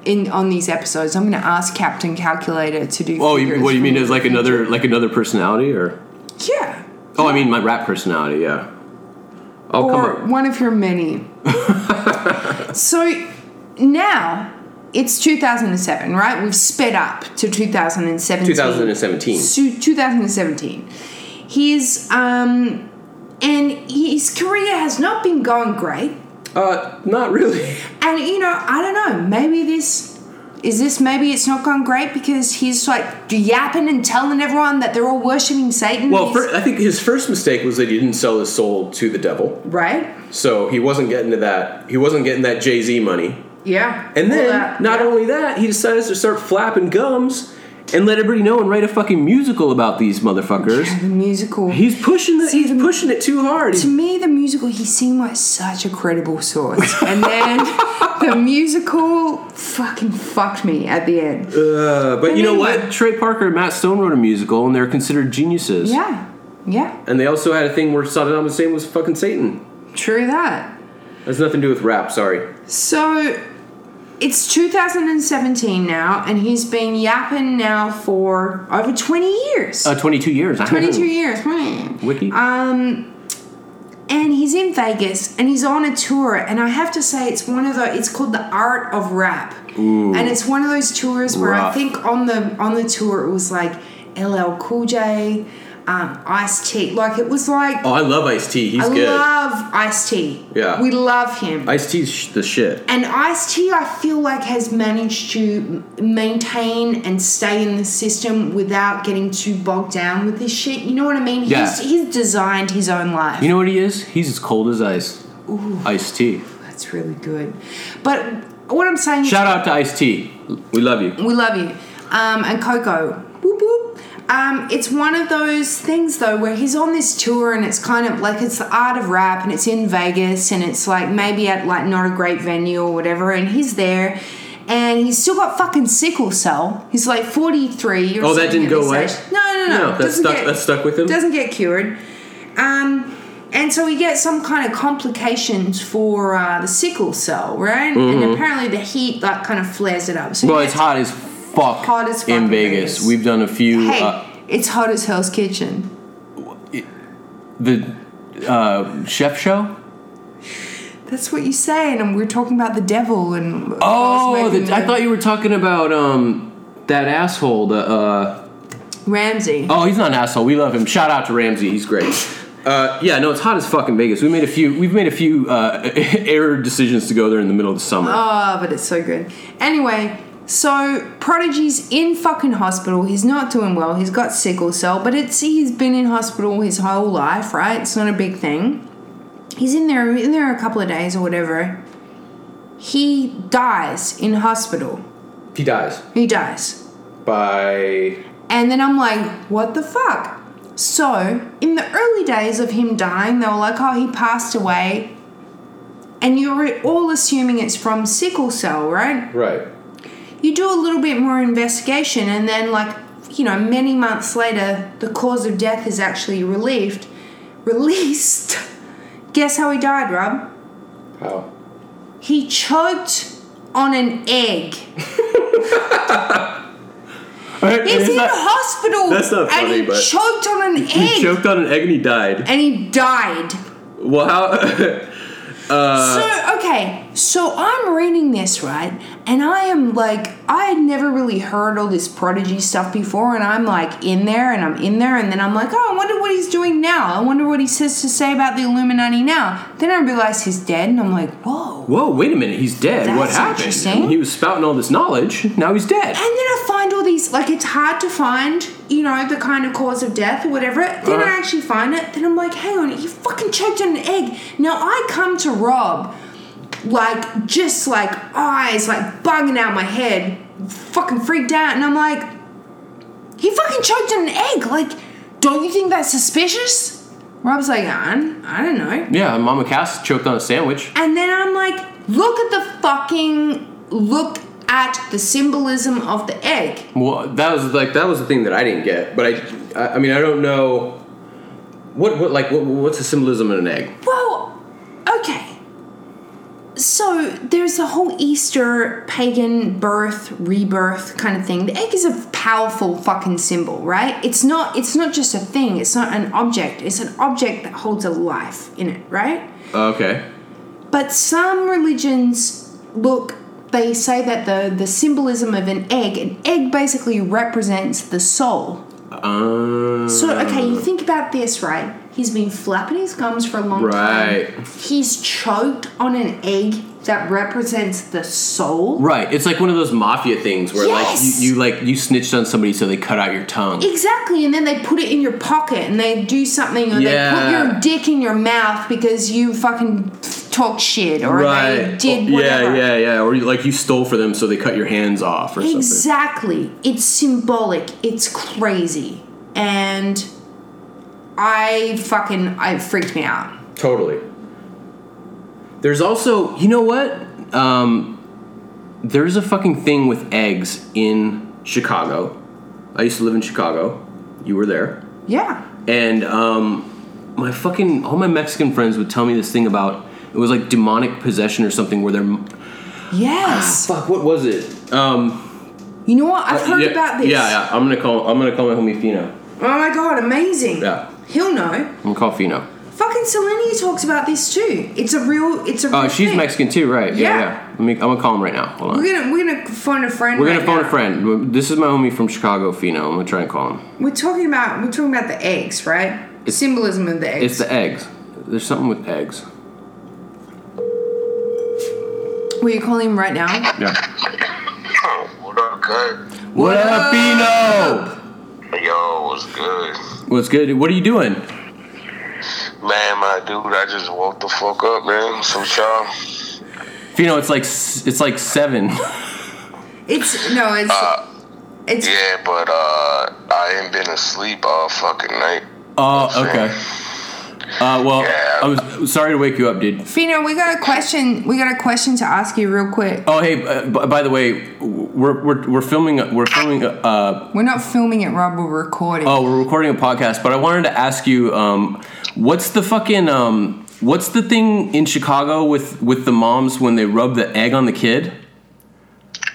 A: in on these episodes. I'm going to ask Captain Calculator to do.
B: Oh, you,
A: figures
B: what do you
A: for
B: mean
A: me.
B: is like another like another personality or?
A: Yeah,
B: Oh, I mean my rap personality. Yeah. I'll
A: or
B: Oh, come up.
A: one of your many. so now it's 2007, right? We've sped up to 2017.
B: 2017.
A: Su- 2017. His um, and his career has not been going great.
B: Uh, not really.
A: And you know, I don't know. Maybe this is this. Maybe it's not going great because he's like yapping and telling everyone that they're all worshiping Satan.
B: Well,
A: He's-
B: fir- I think his first mistake was that he didn't sell his soul to the devil,
A: right?
B: so he wasn't getting to that. He wasn't getting that Jay Z money.
A: Yeah.
B: And
A: All
B: then,
A: that.
B: not only that, he decides to start flapping gums and let everybody know and write a fucking musical about these motherfuckers.
A: the musical.
B: He's pushing the, he's pushing it too hard.
A: to me, the musical, he seemed like such a credible source. And then the musical fucking fucked me at the end.
B: Uh, but you know
A: Anyway.
B: what? Trey Parker and Matt Stone wrote a musical, and they're considered geniuses.
A: Yeah. Yeah.
B: And they also had a thing where Saddam Hussein was fucking Satan.
A: True that.
B: That's nothing to do with rap. Sorry.
A: So it's 2017 now, and he's been yapping now for over 20 years.
B: Uh, 22 years. I don't
A: 22
B: know.
A: years. hmm.
B: Wiki.
A: Um, and he's in Vegas and he's on a tour. And I have to say, it's one of the. It's called the Art of Rap, and it's one of those tours where I
B: Rough.
A: think on the on the tour it was like LL Cool J, um, Ice T. Like it was like
B: oh, I love Ice T. He's
A: I
B: good.
A: love Ice T.
B: Yeah.
A: we love him.
B: Ice T's sh- the shit.
A: And Ice T, I feel like, has managed to m- maintain and stay in the system without getting too bogged down with this shit. You know what I mean?
B: Yeah.
A: He's, he's designed his own life.
B: You know what he is? He's as cold as ice. Ice T.
A: That's really good. But what I'm saying
B: Shout out to Ice T. We love you.
A: is, we love you. Um, and Coco. Whoop, whoop. Um, it's one of those things though where he's on this tour and it's kind of like it's the art of rap and it's in Vegas and it's like maybe at like not a great venue or whatever and he's there and he's still got fucking sickle cell. He's like 43 or
B: Oh, that
A: something
B: didn't
A: at
B: go
A: this
B: away?
A: age. No, no, no.
B: No, that
A: Doesn't
B: stuck- that stuck with him?
A: Doesn't get cured. Um, and so he gets some kind of complications for uh, the sickle cell, right? And apparently the heat like kind of flares it up. So he
B: Mm-hmm. Well, it's
A: gets-
B: hot as fuck
A: Hot as fuck
B: in
A: in
B: Vegas.
A: Vegas.
B: We've done a few.
A: Hey,
B: Uh,
A: it's hot as Hell's Kitchen.
B: the uh, chef show.
A: That's what you say, and we're talking about the devil and.
B: Oh,
A: was making
B: the, I thought you were talking about um that asshole. The uh,
A: Ramsey.
B: oh, he's not an asshole. We love him. Shout out to Ramsey. He's great. Uh, yeah, no, it's hot as fuck in Vegas. We made a few. We've made a few uh, error decisions to go there in the middle of the summer.
A: Oh, but it's so good. Anyway, so Prodigy's in fucking hospital. He's not doing well. He's got sickle cell, but it's he's been in hospital his whole life, right? It's not a big thing. He's in there in there a couple of days or whatever. He dies in hospital.
B: he dies
A: He dies.
B: by.
A: And then I'm like, what the fuck? So, in the early days of him dying, they were like, oh, he passed away. And you're all assuming it's from sickle cell, right?
B: Right.
A: you do a little bit more investigation and then like you know many months later the cause of death is actually relieved released guess how he died rob
B: How?
A: he choked on an egg He's in
B: not-
A: hospital.
B: that's not
A: and
B: funny,
A: he
B: but-
A: choked on an egg.
B: He choked on an egg and he died.
A: and he died.
B: Well, how?
A: so okay, so I'm reading this right, and I am like, I had never really heard all this prodigy stuff before, and I'm like in there, and I'm in there, and then I'm like, oh, I wonder what he's doing now. I wonder what he says to say about the Illuminati now. Then I realize he's dead, and I'm like, whoa.
B: Whoa, wait a minute. He's dead. what
A: That's
B: happened?
A: interesting.
B: He was spouting all this knowledge. Now he's dead.
A: And then I find all these, like, it's hard to find, you know, the kind of cause of death or whatever. Then
B: Uh-huh.
A: I actually find it. Then I'm like, hang on, you fucking choked on an egg. Now I come to Rob, like, just like eyes, like, bugging out my head, fucking freaked out. And I'm like, he fucking choked on an egg. Like, don't you think that's suspicious? Rob's like, I don't, I don't know.
B: Yeah, Mama Cass choked on a sandwich.
A: And then I'm like, look at the fucking, look at the symbolism of the egg.
B: Well, that was like that was the thing that I didn't get. But I, I, I mean, I don't know. What, what like what, what's the symbolism in an egg?
A: Well, okay. So there's the whole Easter pagan birth, rebirth kind of thing. The egg is a powerful fucking symbol, right? It's not it's not just a thing, it's not an object. It's an object that holds a life in it, right?
B: Okay.
A: But some religions look they say that the, the symbolism of an egg, an egg basically represents the soul.
B: Um,
A: So okay, you think about this, right? He's been flapping his gums for a long
B: Right.
A: time. He's choked on an egg that represents the soul.
B: Right. It's like one of those mafia things where
A: Yes!
B: like you, you like you snitched on somebody so they cut out your tongue.
A: Exactly, and then they put it in your pocket and they do something, or they
B: Yeah.
A: put your dick in your mouth because you fucking talk shit, or they did
B: Oh,
A: whatever.
B: Yeah, yeah, yeah. Or you- like you stole for them so they cut your hands off or something.
A: Exactly. It's symbolic. It's crazy. And I fucking I it freaked me out.
B: Totally. There's also, you know what? Um, there's a fucking thing with eggs in Chicago. I used to live in Chicago. You were there.
A: Yeah.
B: and um, my fucking all my Mexican friends would tell me this thing about it was like demonic possession or something where they're
A: Yes.
B: fuck what was it? Um,
A: You know what? I've heard
B: Uh, yeah,
A: about this.
B: Yeah, yeah. I'm gonna call I'm gonna call my homie Fino.
A: Oh my god, amazing.
B: Yeah.
A: He'll know.
B: I'm gonna call Fino.
A: Fucking Selenia talks about this too. It's a real it's a
B: Oh,
A: real
B: she's
A: thing.
B: Mexican too, right?
A: Yeah.
B: yeah. Let me, I'm gonna call him right now. Hold on.
A: We're gonna we're gonna phone a friend.
B: We're gonna
A: right
B: phone
A: now.
B: a friend. This is my homie from Chicago, Fino. I'm gonna try and call him.
A: We're talking about we're talking about the eggs, right? Symbolism of the
B: It's
A: eggs.
B: the eggs. There's something with eggs.
A: Will you call him right now?
B: Yeah.
C: Oh, what up, cut?
B: What up, Fino?
C: Yo, what's good?
B: What's good? What are you doing?
C: Man, my dude, I just woke the fuck up, man. So, y'all,
B: Fino, it's like s- it's like seven.
A: It's no, it's it's
C: Uh, yeah, but uh, I ain't been asleep all fucking night.
B: Oh, okay. Uh, well,
C: Yeah.
B: I was sorry to wake you up, dude.
A: Fino, we got a question we got a question to ask you real quick.
B: Oh, hey. Uh, b- by the way, we're we're, we're filming we're filming. Uh,
A: We're not filming it, Rob, we're recording.
B: oh, we're recording a podcast, but I wanted to ask you, um, what's the fucking um, what's the thing in Chicago with with the moms when they rub the egg on the kid?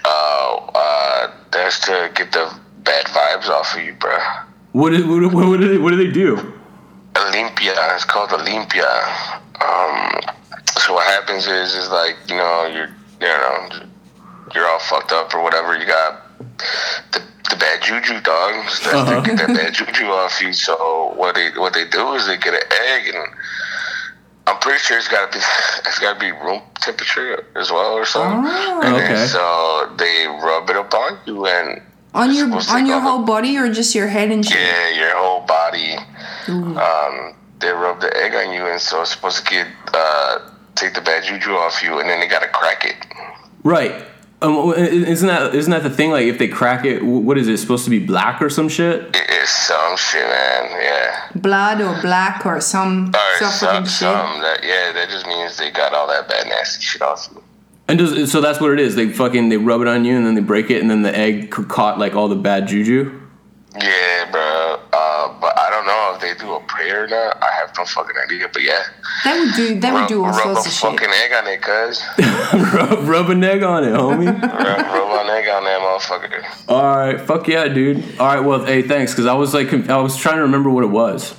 C: Oh, uh, that's to get the bad vibes off of you, bruh.
B: What is, what, what, what, do they, what do they do?
C: Olympia. It's called Olympia. Um, so what happens is, is like you know you're you know you're all fucked up or whatever. You got the, the bad juju dog. So that's to get that bad juju off you. So what they what they do is they get an egg and. I'm pretty sure it's gotta be it's gotta be room temperature as well or something.
A: Oh.
C: And then
B: Okay.
C: so they rub it upon you and
A: on your
C: What's it
A: on your
C: called?
A: whole body or just your head and shit?
C: yeah, your whole body. Um, they rub the egg on you, and so it's supposed to get uh, take the bad juju off you, and then they gotta crack it.
B: Right. Um, isn't that isn't that the thing? Like, if they crack it, wh- what is it supposed to be black or some shit?
C: It is some shit, man. Yeah.
A: Blood or black or some
C: Or
A: suffering
C: Oh, some,
A: shit.
C: some that yeah, that just means they got all that bad nasty shit off you.
B: And does, so that's what it is. They fucking they rub it on you, and then they break it, and then the egg c- caught like all the bad juju.
C: Yeah, bro. Uh, but I don't know if they do a prayer or not. I have no fucking idea. But yeah,
A: They would do they would
C: rub,
A: do all
C: rub a
A: sorts of shit.
C: fucking egg on it, cuz.
B: rub, rub an egg on it, homie.
C: rub, rub an egg on that motherfucker.
B: All right, fuck yeah, dude. All right, well, hey, thanks, because I was like, conf- I was trying to remember what it was.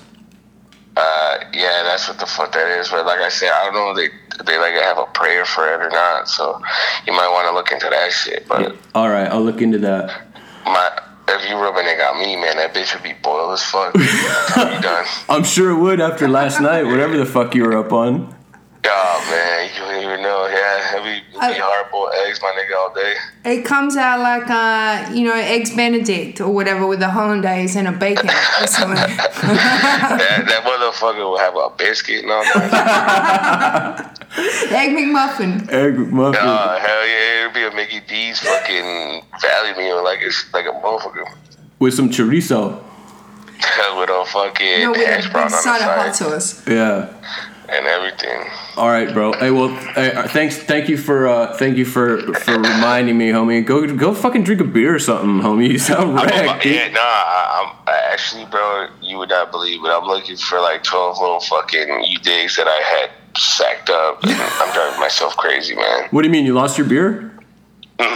C: Uh, yeah, that's what the fuck that is. But like I said, I don't know if they they like have a prayer for it or not. So you might want to look into that shit. But
B: All right, I'll look into that.
C: my if you rub a nigga on me, man, that bitch would be boiled as fuck. you done.
B: I'm sure it would after last night, whatever the fuck you were up on.
C: Oh man, you don't even know. Yeah, we be,
A: I-
C: be hard boiled eggs, my nigga, all day.
A: It comes out like, uh, you know, eggs Benedict or whatever with a hollandaise and a bacon or something.
C: That, that motherfucker will have a biscuit and all that.
A: Egg McMuffin.
B: Egg muffin.
C: oh hell yeah, it'll be a Mickey D's fucking valley meal like it's like a motherfucker
B: with some chorizo.
C: with a fucking
A: No, with a
C: hash
A: big
C: brown on the
A: side of hot
C: side
A: sauce.
B: Yeah.
C: and everything.
B: All right, bro. Hey, well, hey, uh, thanks. Thank you for uh, thank you for for reminding me, homie. Go go fucking drink a beer or something, homie. You sound
C: Oh,
B: wrecked. dude.
C: yeah, nah, I, I'm I actually, bro. You would not believe it. I'm looking for like twelve little fucking you digs that I had sacked up. And I'm driving myself crazy, man.
B: What do you mean? You lost your beer?
A: No,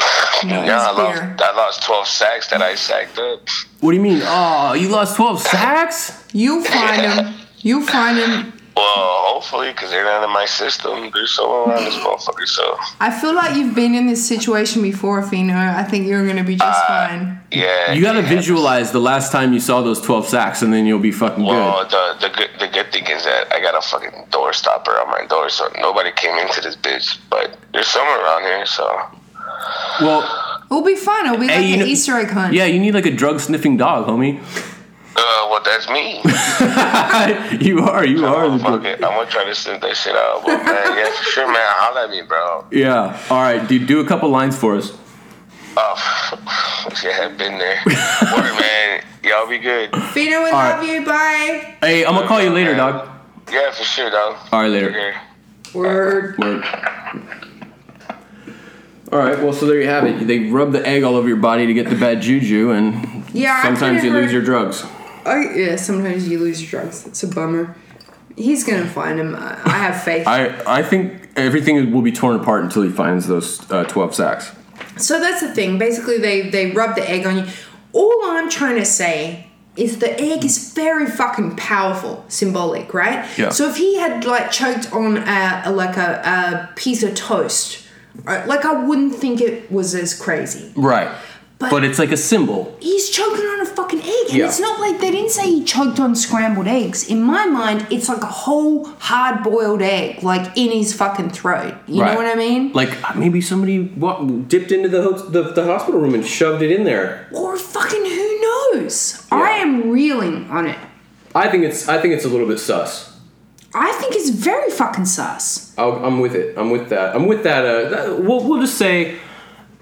C: Yeah, I
A: it's
C: lost,
A: beer.
C: I lost twelve sacks that I sacked up.
B: What do you mean? Oh, you lost twelve sacks?
A: You'll find them. You'll find them.
C: Well, hopefully, because they're not in my system. There's someone around this motherfucker, so
A: I feel like you've been in this situation before, Fino. I think you're going to be just
C: Uh,
A: fine.
C: yeah.
B: You gotta
C: yeah.
B: visualize the last time you saw those twelve sacks, and then you'll be fucking
C: Well,
B: good.
C: the the good the good thing is that I got a fucking door stopper on my door, so nobody came into this bitch. But there's someone around here, so uh,
B: Well,
A: It'll be fun. It'll be like
B: you
A: an
B: know-
A: Easter egg hunt.
B: yeah, you need like a drug sniffing dog, homie.
C: uh, well, that's me.
B: you are, you are.
C: Oh,
B: The
C: fuck
B: drug-
C: it. I'm gonna try to send that shit out. But man, yeah, for sure, man. Holla at me, bro.
B: yeah. All right, dude. Do a couple lines for us.
C: Oh, wish I had been there. Word, man. Y'all be good.
A: Fino, we
B: right.
A: love you. Bye.
B: Hey, I'm gonna call you
C: Uh,
B: later, dog.
C: Yeah, for sure, dog.
B: All right, later.
C: Okay.
A: Word.
B: Work. All right. Well, so there you have it. They rub the egg all over your body to get the bad juju, and
A: Yeah, I
B: sometimes
A: could've
B: you lose
A: heard-
B: your drugs.
A: Oh, yeah, sometimes you lose your drugs. It's a bummer. He's going to find him. I I have faith.
B: I I think everything will be torn apart until he finds those uh, twelve sacks.
A: So that's the thing. Basically, they they rub the egg on you. All I'm trying to say is the egg is very fucking powerful, symbolic, right?
B: Yeah.
A: So if he had like choked on a, a- like a, a piece of toast, right, like I wouldn't think it was as crazy.
B: Right. But,
A: But-
B: it's like a symbol.
A: He's choking on a fucking egg, and
B: Yeah.
A: it's not like they didn't say he choked on scrambled eggs. In my mind, it's like a whole hard boiled egg, like in his fucking throat. You
B: right.
A: know what I mean?
B: Like maybe somebody wa- dipped into the, ho- the the hospital room and shoved it in there.
A: Or fucking who knows? I am reeling on it.
B: I think it's I think it's a little bit sus.
A: I think it's very fucking sus.
B: I'll, I'm with it. I'm with that. I'm with that. Uh, that we'll, we'll just say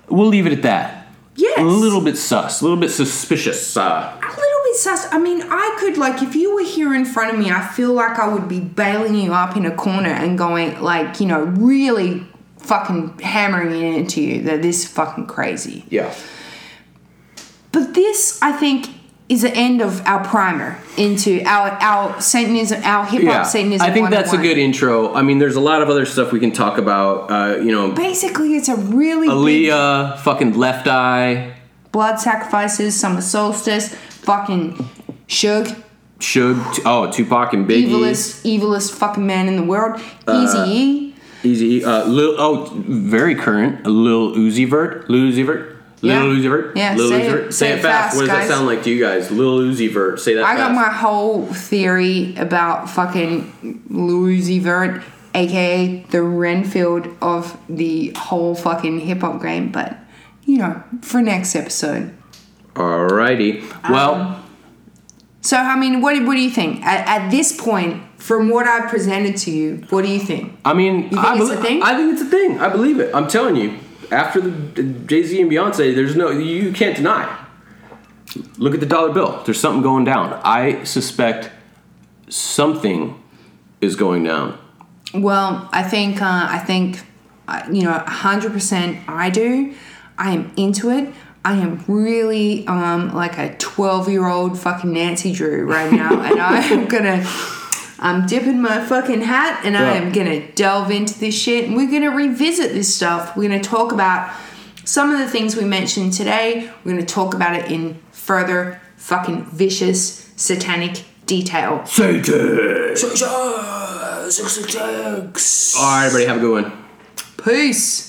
B: we'll leave it at that.
A: Yes.
B: A little bit sus, a little bit suspicious. Uh,
A: A little bit sus. I mean, I could like if you were here in front of me, I feel like I would be bailing you up in a corner and going like, you know, really fucking hammering it into you that this is fucking crazy.
B: yeah.
A: But this, I think, is the end of our primer into our our Satanism, our hip hop
B: Yeah.
A: Satanism.
B: I think that's a
A: 101.
B: good intro. I mean, there's a lot of other stuff we can talk about. Uh, you know,
A: Basically, it's a really big
B: Aaliyah, fucking Left Eye,
A: blood sacrifices, summer solstice, fucking Shug,
B: Suge, t- oh, Tupac and Biggie.
A: evilest, evilest fucking man in the world, Easy E.
B: Easy. Uh, Lil, oh, very current. Lil Uzi Vert. Lil Uzi Vert. Lil
A: Yeah.
B: Uzi Vert.
A: Yeah,
B: Lil
A: say
B: Uzi
A: it-
B: Vert. Say, it fast. What does
A: guys.
B: that sound like to you guys? Lil Uzi Vert. Say that
A: I got
B: fast.
A: my whole theory about fucking Louis Vert, aka the Renfield of the whole fucking hip hop game, but you know, for next episode.
B: Alrighty.
A: Um,
B: Well,
A: So, I mean, what, what do you think? At, at this point, from what I've presented to you, what do you think?
B: I mean,
A: think
B: I,
A: it's
B: belie-
A: a thing?
B: I think it's a thing. I believe it. I'm telling you. After the Jay Z and Beyonce, there's no you can't deny. Look at the dollar bill. There's something going down. I suspect something is going down.
A: Well, I think, uh, I think, uh, you know, 100% I do. I am into it. I am really um, like a 12 year old fucking Nancy Drew right now. and I am gonna, I'm dipping my fucking hat and I
B: Yeah.
A: am gonna delve into this shit. And we're gonna revisit this stuff. We're gonna talk about Some of the things we mentioned today, we're going to talk about it in further fucking vicious satanic detail.
B: Satan. All right, everybody, have a good one.
A: Peace.